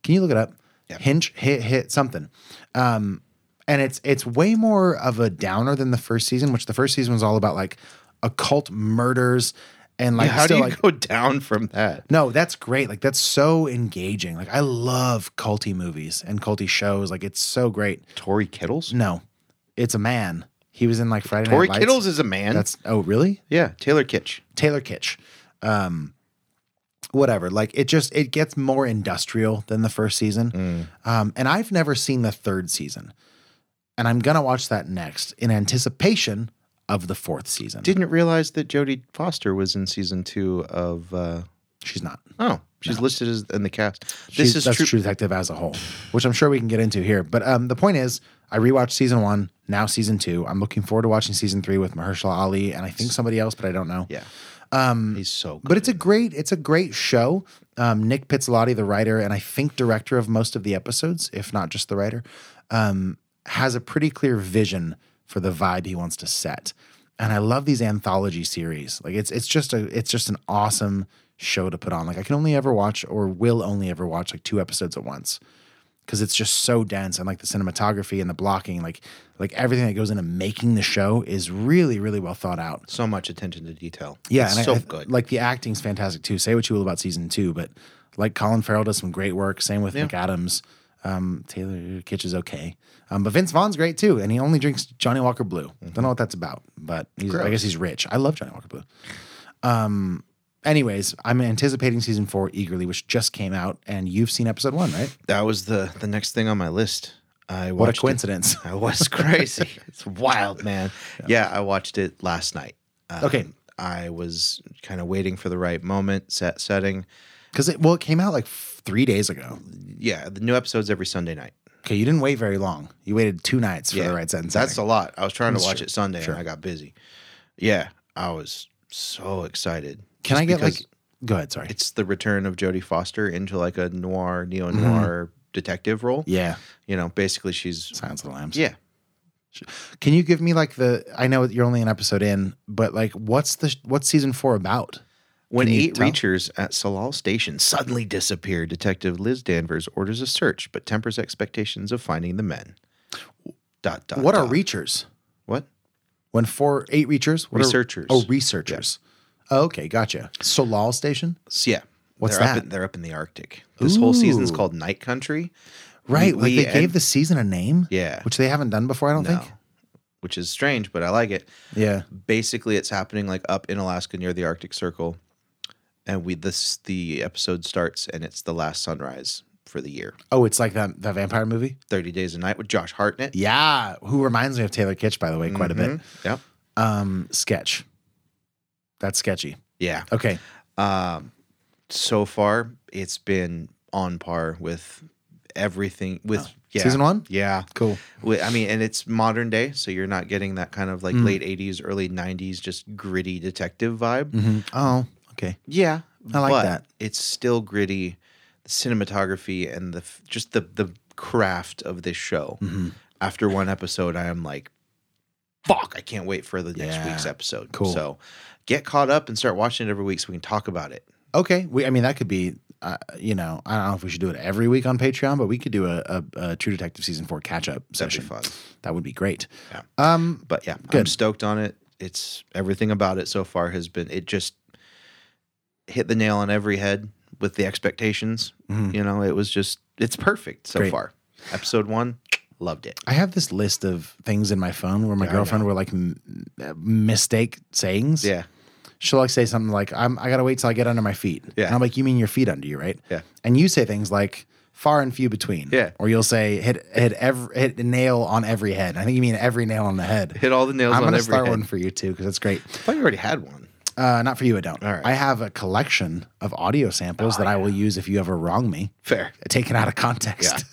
Can you look it up? Hinch, hit, hit something. Um, and it's it's way more of a downer than the first season, which the first season was all about like occult murders and like
Yeah, how do
still
you
like
go down from that?
no, that's great. Like that's so engaging. Like I love culty movies and culty shows. Like it's so great.
Tori Kittles?
No, it's a man. He was in like Friday
Tori
Night Lights.
Kittles is a man.
That's oh really?
Yeah, Taylor Kitsch.
Taylor Kitsch. Um, whatever. Like it just it gets more industrial than the first season.
Mm.
Um, and I've never seen the third season, and I'm gonna watch that next in anticipation of the fourth season.
Didn't realize that Jodie Foster was in season two of uh,
She's not.
Oh, she's listed as in the cast. This
She's-
is
that's
true.
True Detective as a whole, which I'm sure we can get into here. But um, the point is, I rewatched season one, now season two. I'm looking forward to watching season three with Mahershala Ali and I think somebody else, but I don't know.
Yeah,
um,
he's so. Good.
but it's a great it's a great show. Um, Nick Pizzolotti, the writer and I think director of most of the episodes, if not just the writer, um, has a pretty clear vision for the vibe he wants to set. And I love these anthology series. Like it's it's just a it's just an awesome show to put on. Like I can only ever watch or will only ever watch like two episodes at once because it's just so dense and like the cinematography and the blocking, like like everything that goes into making the show is really really well thought out.
so much attention to detail.
Yeah,
It's
and I-
so
I-
good.
Like the acting's fantastic too. Say what you will about season two, but like Colin Farrell does some great work. Same with
Yeah.
McAdams. Um, Taylor Kitsch is okay, um, but Vince Vaughn's great too, and he only drinks Johnny Walker Blue. Don't know what that's about, but he's, I
Mm-hmm. Gross.
guess he's rich. I love Johnny Walker Blue. Um, anyways, I'm anticipating season four eagerly, which just came out, and you've seen episode one, right?
that was the the next thing on my list. I
What a
watched it-
coincidence!
I was crazy. it's wild, man. Yeah. I watched it last night. Um,
Okay.
I was kind of waiting for the right moment, set setting.
Because it well, it came out like f- three days ago.
Yeah, the new episodes every Sunday night.
Okay, you didn't wait very long. You waited two nights for
yeah,
the right sentence.
That's a lot. I was trying
That's
to watch
true.
it Sunday
Sure.
and I got busy. Yeah, I was so excited.
Can
Just
I get
because-
like? Go ahead. Sorry.
it's the return of Jodie Foster into like a noir, neo noir detective role.
Mm-hmm. Yeah.
You know, basically she's
Silence of the Lambs.
yeah.
Can you give me like the? I know you're only an episode in, but like, what's the what's season four about?
When
Can you
eight
tell?
reachers at Salal Station suddenly disappear, Detective Liz Danvers orders a search, but tempers expectations of finding the men. Dot dot.
what are
dot.
reachers?
What?
When four eight reachers, what are-
Researchers.
oh, researchers. Oh, okay, gotcha. Solal Station.
So, yeah.
What's
they're
that?
Up in, they're up in the Arctic. This whole season's
Ooh.
called Night Country.
Right.
We-
like
we
they gave
end-
the season a name.
Yeah.
Which they haven't done before. I don't
No.
think.
Which is strange, but I like it.
Yeah.
basically it's happening like up in Alaska near the Arctic Circle, and we this the episode starts and it's the last sunrise for the year.
Oh, it's like that that vampire movie.
Thirty Days a Night with Josh Hartnett. Mm-hmm.
Yeah. Who reminds me of Taylor Kitsch, by the way, quite a bit.
Yep.
Um, sketch. That's sketchy.
Yeah.
Okay.
Um, so far it's been on par with everything with
Oh.
yeah.
Season one?
Yeah,
Cool.
Wi- I mean, and it's modern day, so you're not getting that kind of like
Mm.
late '80s, early '90s, just gritty detective vibe.
Mhm. Oh, okay.
Yeah,
I like
but
that.
It's still gritty. The cinematography and the f- just the the craft of this show.
Mm-hmm.
After one episode, I am like, fuck! I can't wait for the next
Yeah.
week's episode.
Cool.
So get caught up and start watching it every week, so we can talk about it.
Okay. We, I mean, that could be, uh, you know, I don't know if we should do it every week on Patreon, but we could do a, a, a True Detective season four catch up
That'd
session.
be fun.
That would be great.
Yeah.
Um,
But yeah, I'm
Good.
stoked on it. It's everything about it so far has been it just hit the nail on every head with the expectations. You know, it was just it's perfect so
Mm-hmm. Great.
far. Episode one, loved it.
I have this list of things in my phone where my
Yeah, I
girlfriend will like m- uh, mistake sayings.
Yeah.
She'll like say something like, I'm, I gotta wait till I get under my feet.
Yeah.
And I'm like, you mean your feet under you, right?
Yeah.
And you say things like far and few between.
Yeah.
Or you'll say hit, hit every, hit a nail on every head. I think you mean every nail on the head.
Hit all the nails
I'm
on
gonna
every
start
head.
one for you too, because that's great.
I thought you already had one.
Uh, not for you, I don't.
All right. Oh,
I have a collection of audio samples that I will use if you ever wrong me,
Fair.
taken out of context.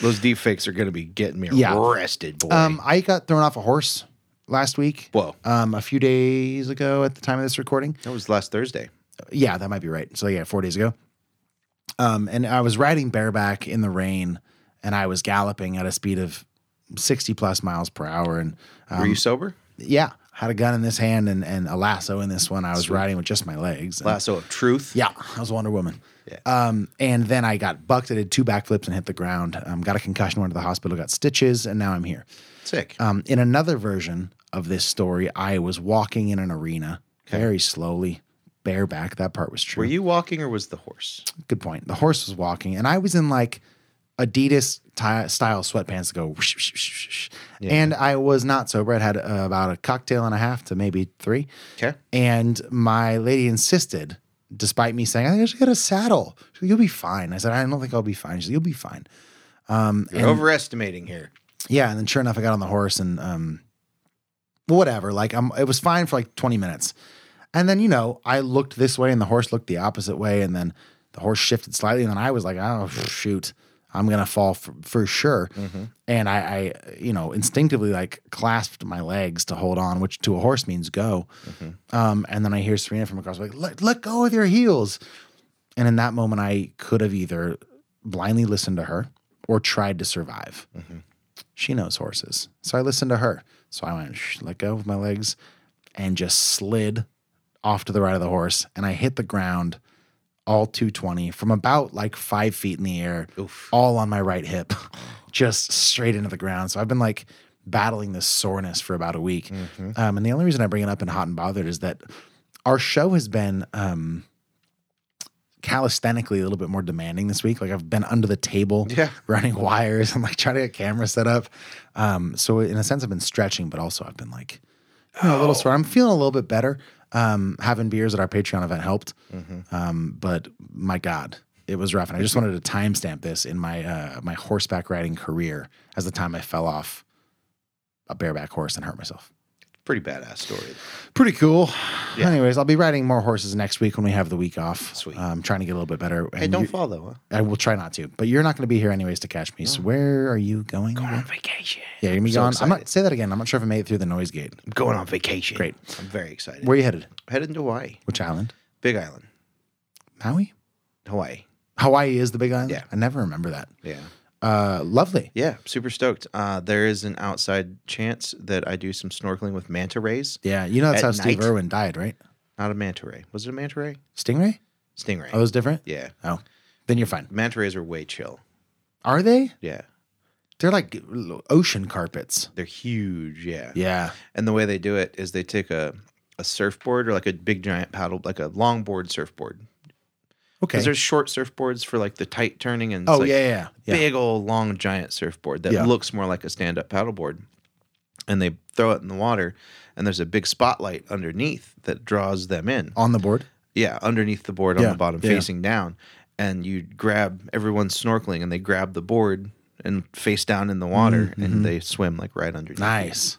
Those deep fakes are gonna be getting me
Yeah.
arrested, boy.
Um, I got thrown off a horse last week.
Whoa.
Um, a few days ago at the time of this recording.
that was last Thursday.
Yeah, that might be right. So yeah, four days ago. Um, and I was riding bareback in the rain, and I was galloping at a speed of sixty plus miles per hour, and um,
Were you sober?
yeah, had a gun in this hand and, and a lasso in this one. I was riding with just my legs. and-
Lasso oh, of truth.
uh, yeah, I was Wonder Woman.
Yeah.
Um, and then I got bucked. I did two backflips and hit the ground. Um, got a concussion, went to the hospital, got stitches, and now I'm here.
Sick.
Um, in another version of this story, I was walking in an arena very slowly, bareback. That part was true.
Were you walking or was the horse?
Good point. The horse was walking, and I was in like Adidas ty- style sweatpants that go. whoosh, whoosh, whoosh, whoosh. And I was not sober. I had uh, about a cocktail and a half to maybe three.
Okay.
And my lady insisted, despite me saying, I think I should get a saddle. She said, You'll be fine. I said, I don't think I'll be fine. She said, You'll be fine.
You're overestimating here.
Yeah. And then sure enough, I got on the horse and um whatever. Like um it was fine for like 20 minutes. And then, you know, I looked this way and the horse looked the opposite way, and then the horse shifted slightly, and then I was like, oh shoot, I'm gonna fall for, for sure. And I, I, you know, instinctively like clasped my legs to hold on, which to a horse means go. Um, and then I hear Serena from across like, let, let go with your heels. And in that moment, I could have either blindly listened to her or tried to survive. She knows horses. So I listened to her. So I went, Shh, let go of my legs and just slid off to the right of the horse. And I hit the ground all 220 from about like five feet in the air, all on my right hip, just straight into the ground. So I've been like battling this soreness for about a week. Um, and the only reason I bring it up in Hot and Bothered is that our show has been. Um, calisthenically a little bit more demanding this week. Like I've been under the table,
Yeah.
running wires and like trying to get camera set up. Um, so in a sense, I've been stretching, but also I've been like you know, a
Oh.
little sore. I'm feeling a little bit better. Um, having beers at our Patreon event helped,
Mm-hmm.
um, but my God, it was rough. And I just wanted to timestamp this in my uh, my horseback riding career as the time I fell off a bareback horse and hurt myself
Pretty badass story.
pretty cool.
Yeah.
Anyways, I'll be riding more horses next week when we have the week off.
Sweet.
I'm trying to get a little bit better.
Hey,
And
don't
you-
fall though, huh?
I will try not to, but you're not going to be here anyways to catch me. So
Oh.
where are you going? Going on vacation. Yeah, you're going to be
so
gone. I'm
excited.
not say that again. I'm not sure if I made it through the noise gate.
I'm going on vacation.
Great.
I'm very excited.
Where are you headed?
headed to Hawaii.
Which island?
Big Island.
Maui.
Hawaii.
Hawaii is the big island.
Yeah.
I never remember that.
Yeah.
Uh, lovely.
Yeah, super stoked. Uh, there is an outside chance that I do some snorkeling with manta rays.
Yeah, you know that's
At
how Steve
night?
Irwin died, right?
Not a manta ray. Was it a manta ray?
Stingray.
Stingray.
Are those different?
yeah.
Oh, then you're fine.
Manta rays are way chill.
Are they?
Yeah.
They're like l- ocean carpets.
They're huge. Yeah.
Yeah.
And the way they do it is they take a, a surfboard or like a big giant paddle, like a longboard surfboard.
Okay.
Because there's short surfboards for like the tight turning and it's
oh
like
yeah, yeah, yeah.
big old long giant surfboard that
Yeah.
looks more like a stand up paddleboard. And they throw it in the water, and there's a big spotlight underneath that draws them in.
on the board.
Yeah, underneath the board on
Yeah,
the bottom,
yeah.
facing down. And you grab everyone's snorkeling and they grab the board and face down in the water and they swim like right underneath. you.
Mm-hmm, Nice.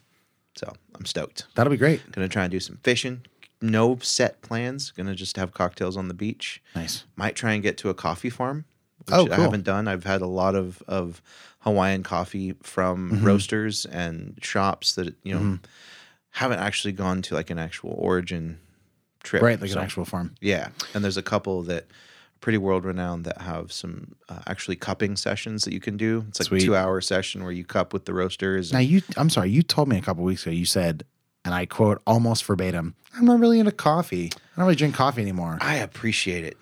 So I'm stoked.
That'll be great.
Gonna try and do some fishing. No set plans. Gonna just have cocktails on the beach.
Nice.
Might try and get to a coffee farm which
Oh, cool.
I haven't done. I've had a lot of of Hawaiian coffee from
Mhm.
roasters and shops that you know
Mm-hmm.
haven't actually gone to like an actual origin trip,
Right, like an
So-
actual farm.
Yeah, and there's a couple that are pretty world renowned that have some uh, actually cupping sessions that you can do. It's like
Sweet.
a two hour session where you cup with the roasters.
Now you, I'm sorry, you told me a couple weeks ago. You said, and I quote almost verbatim, "I'm not really into coffee. I don't really drink coffee anymore.
I appreciate it.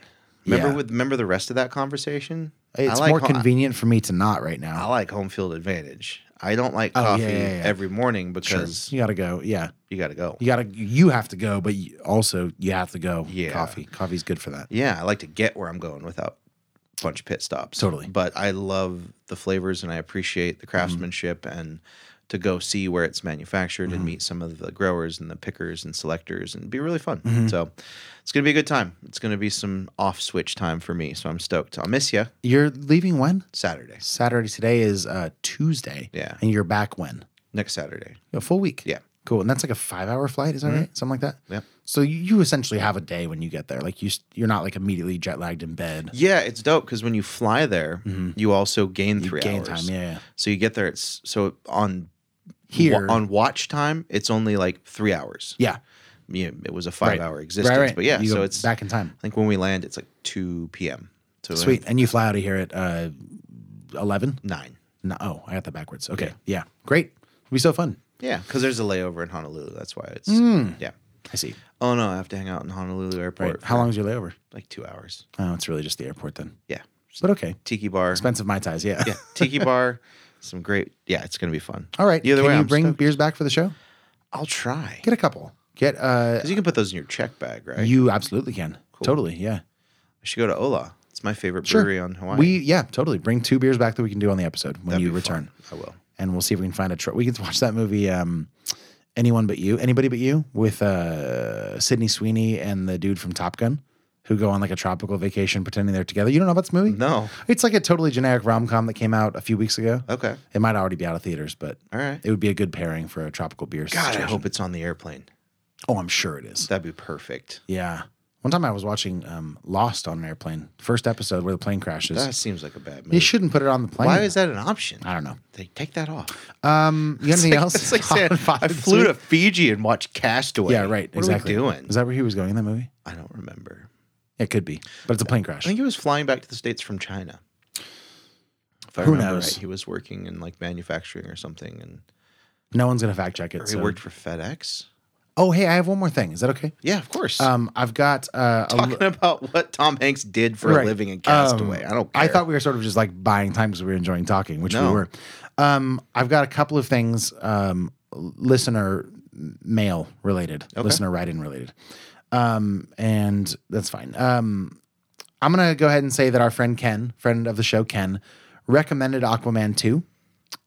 Remember
Yeah.
with remember the rest of that conversation?
It's
I like
more
ho-
convenient for me to not right now."
I like home field advantage. I don't like
Oh, yeah,
coffee
yeah, yeah.
every morning
Sure.
because
you got to go. Yeah,
you got to go.
you got to. You have to go, but you, also you have to go.
Yeah.
coffee. Coffee's good for that.
Yeah, I like to get where I'm going without a bunch of pit stops.
Totally. Mm-hmm.
But I love the flavors and I appreciate the craftsmanship and to go see where it's manufactured
Mm-hmm.
and meet some of the growers and the pickers and selectors and be really fun.
Mm-hmm.
So it's going to be a good time. It's going to be some off switch time for me. So I'm stoked. I'll miss you
You're leaving when?
Saturday,
Saturday. Today is uh, Tuesday.
Yeah.
and you're back when?
next Saturday.
A full week.
Yeah.
Cool. And that's like a five hour flight, is that
Mhm.
right? Something like that.
Yep.
So you, you essentially have a day when you get there. Like you, s- you're not like immediately jet lagged in bed.
Yeah, it's dope because when you fly there, you also gain three
Mm-hmm. gain
hours.
time, yeah, yeah.
So you get there. It's so on
Here-
on watch time. It's only like three hours.
Yeah.
You know, it was a five hour existence,
right.
but yeah.
You
so
go
it's
back in time.
I think when we land, it's like two p.m. So uh,
Sweet. And you fly out of here at uh, eleven.
nine.
No, oh, I got that backwards. Okay. Yeah. Great. It'll be so fun.
Yeah, because there's a layover in Honolulu. That's why it's
Mm.
yeah.
I see.
Oh no, I have to hang out in Honolulu airport.
Right. How
for
long is your layover?
Like two hours.
Oh, it's really just the airport then.
Yeah.
But okay.
Tiki bar.
Expensive mai tais. Yeah.
Yeah. Tiki bar. Some great. Yeah, it's gonna be fun.
All right.
Either
Can
way,
you
I'm
bring
stoked.
beers back for the show?
I'll try.
Get a couple. Get uh,
Because you can put those in your check bag, right?
you absolutely can. Totally. Yeah.
I should go to Ola. It's my favorite
Sure.
brewery on Hawaii.
We yeah, totally. Bring two beers back that we can do on the episode when
That'd
you
be
return,
fun. I will.
and we'll see if we can find a. Tr- we can watch that movie. Um, anyone but you, anybody but you, with uh Sydney Sweeney and the dude from Top Gun, who go on like a tropical vacation pretending they're together. You don't know about this movie?
No.
It's like a totally generic rom com that came out a few weeks ago.
Okay.
It might already be out of theaters, but
All right.
it would be a good pairing for a tropical beer.
God, I
situation.
hope it's on the airplane.
Oh, I'm sure it is.
That'd be perfect.
Yeah. One time I was watching um, Lost on an airplane, first episode where the plane crashes.
That seems like a bad
they
move.
shouldn't put it on the plane.
Why is that an option?
I don't know.
They take that off.
Um, you got anything else?
It's like saying,
Hot
I
five
flew to
this
Fiji and watched Castaway.
week? Yeah, right.
What
exactly.
are we doing?
Is that where he was going in that movie?
I don't remember.
It could be, but it's a plane
I
crash.
think he was flying back to the states from China. If I
Who
remember
knows?
right, he was working in like manufacturing or something, and
No one's gonna fact check
or
it.
he
so-
worked for FedEx.
Oh, hey, I have one more thing. Is that okay?
Yeah, of course.
Um, I've got uh, a
Talking about what Tom Hanks did for
Right.
a living in
Um,
Castaway. I don't. Care.
I thought we were sort of just like buying time because we were enjoying talking, which
No.
we were. Um, I've got a couple of things, um, listener mail related, listener write in related, um, and that's fine. Um, I'm gonna go ahead and say that our friend Ken, friend of the show Ken, recommended Aquaman two.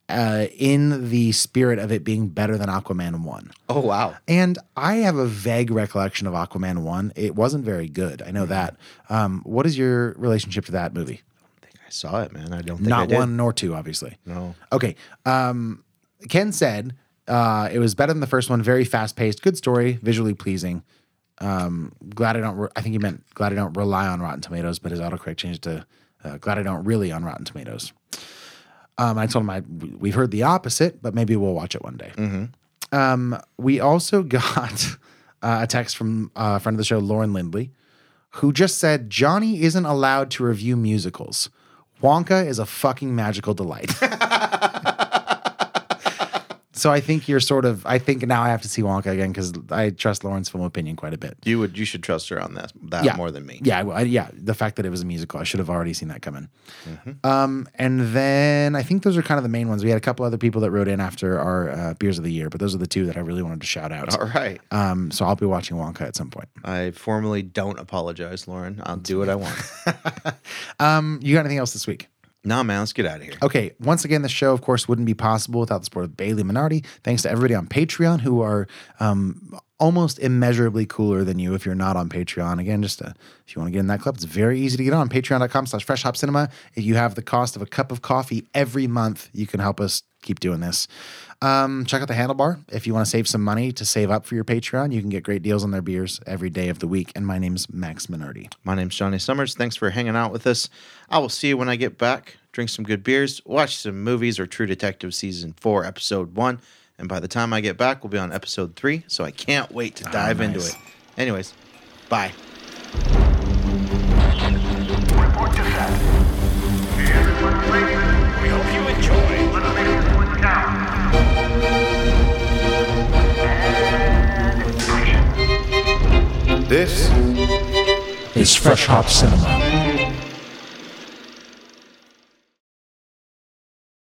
Uh, in the spirit of it being better than Aquaman 1.
Oh wow.
And I have a vague recollection of Aquaman 1. It wasn't very good. I know that. Um, what is your relationship to that movie?
I saw it, man. I don't think I
Not
did.
one nor two, obviously.
No.
Okay. Um, Ken said uh, it was better than the first one, very fast paced, good story, visually pleasing. Um, glad I don't, re- I think he meant glad I don't rely on Rotten Tomatoes, but his autocorrect changed it to uh, glad I don't really on Rotten Tomatoes. Um, I told him I, we- we've heard the opposite, but maybe we'll watch it one day.
Mm-hmm.
Um, we also got uh, a text from uh, a friend of the show, Lauren Lindley, who just said Johnny isn't allowed to review musicals. Wonka is a fucking magical delight. so I think you're sort of. I think now I have to see Wonka again because I trust Lauren's film opinion quite a bit.
You would. You should trust her on that. That more than me.
Yeah, well, I, yeah. The fact that it was a musical, I should have already seen that coming.
Mm-hmm.
Um, and then I think those are kind of the main ones. We had a couple other people that wrote in after our uh, beers of the year, but those are the two that I really wanted to shout out.
All right.
Um, so I'll be watching Wonka at some point.
I formally don't apologize, Lauren. I'll do what I want.
Um, you got anything else this week?
nah, man, let's get out of here.
Okay, once again, the show, of course, wouldn't be possible without the support of Bailey Minardi. Thanks to everybody on Patreon who are um, almost immeasurably cooler than you if you're not on Patreon. Again, just uh if you want to get in that club, it's very easy to get on. Patreon.com slash Fresh Hop Cinema. If you have the cost of a cup of coffee every month, you can help us keep doing this. Um, check out the handlebar if you want to save some money to save up for your Patreon. You can get great deals on their beers every day of the week. And my name's Max Minardi.
My name's Johnny Summers. Thanks for hanging out with us. I will see you when I get back. Drink some good beers, watch some movies or True Detective Season 4, Episode 1. And by the time I get back, we'll be on Episode 3. So I can't wait to dive into
Ah, nice.
it. Anyways, bye.
We hope you enjoy. Let's make this one count.
This is Fresh Hop Cinema.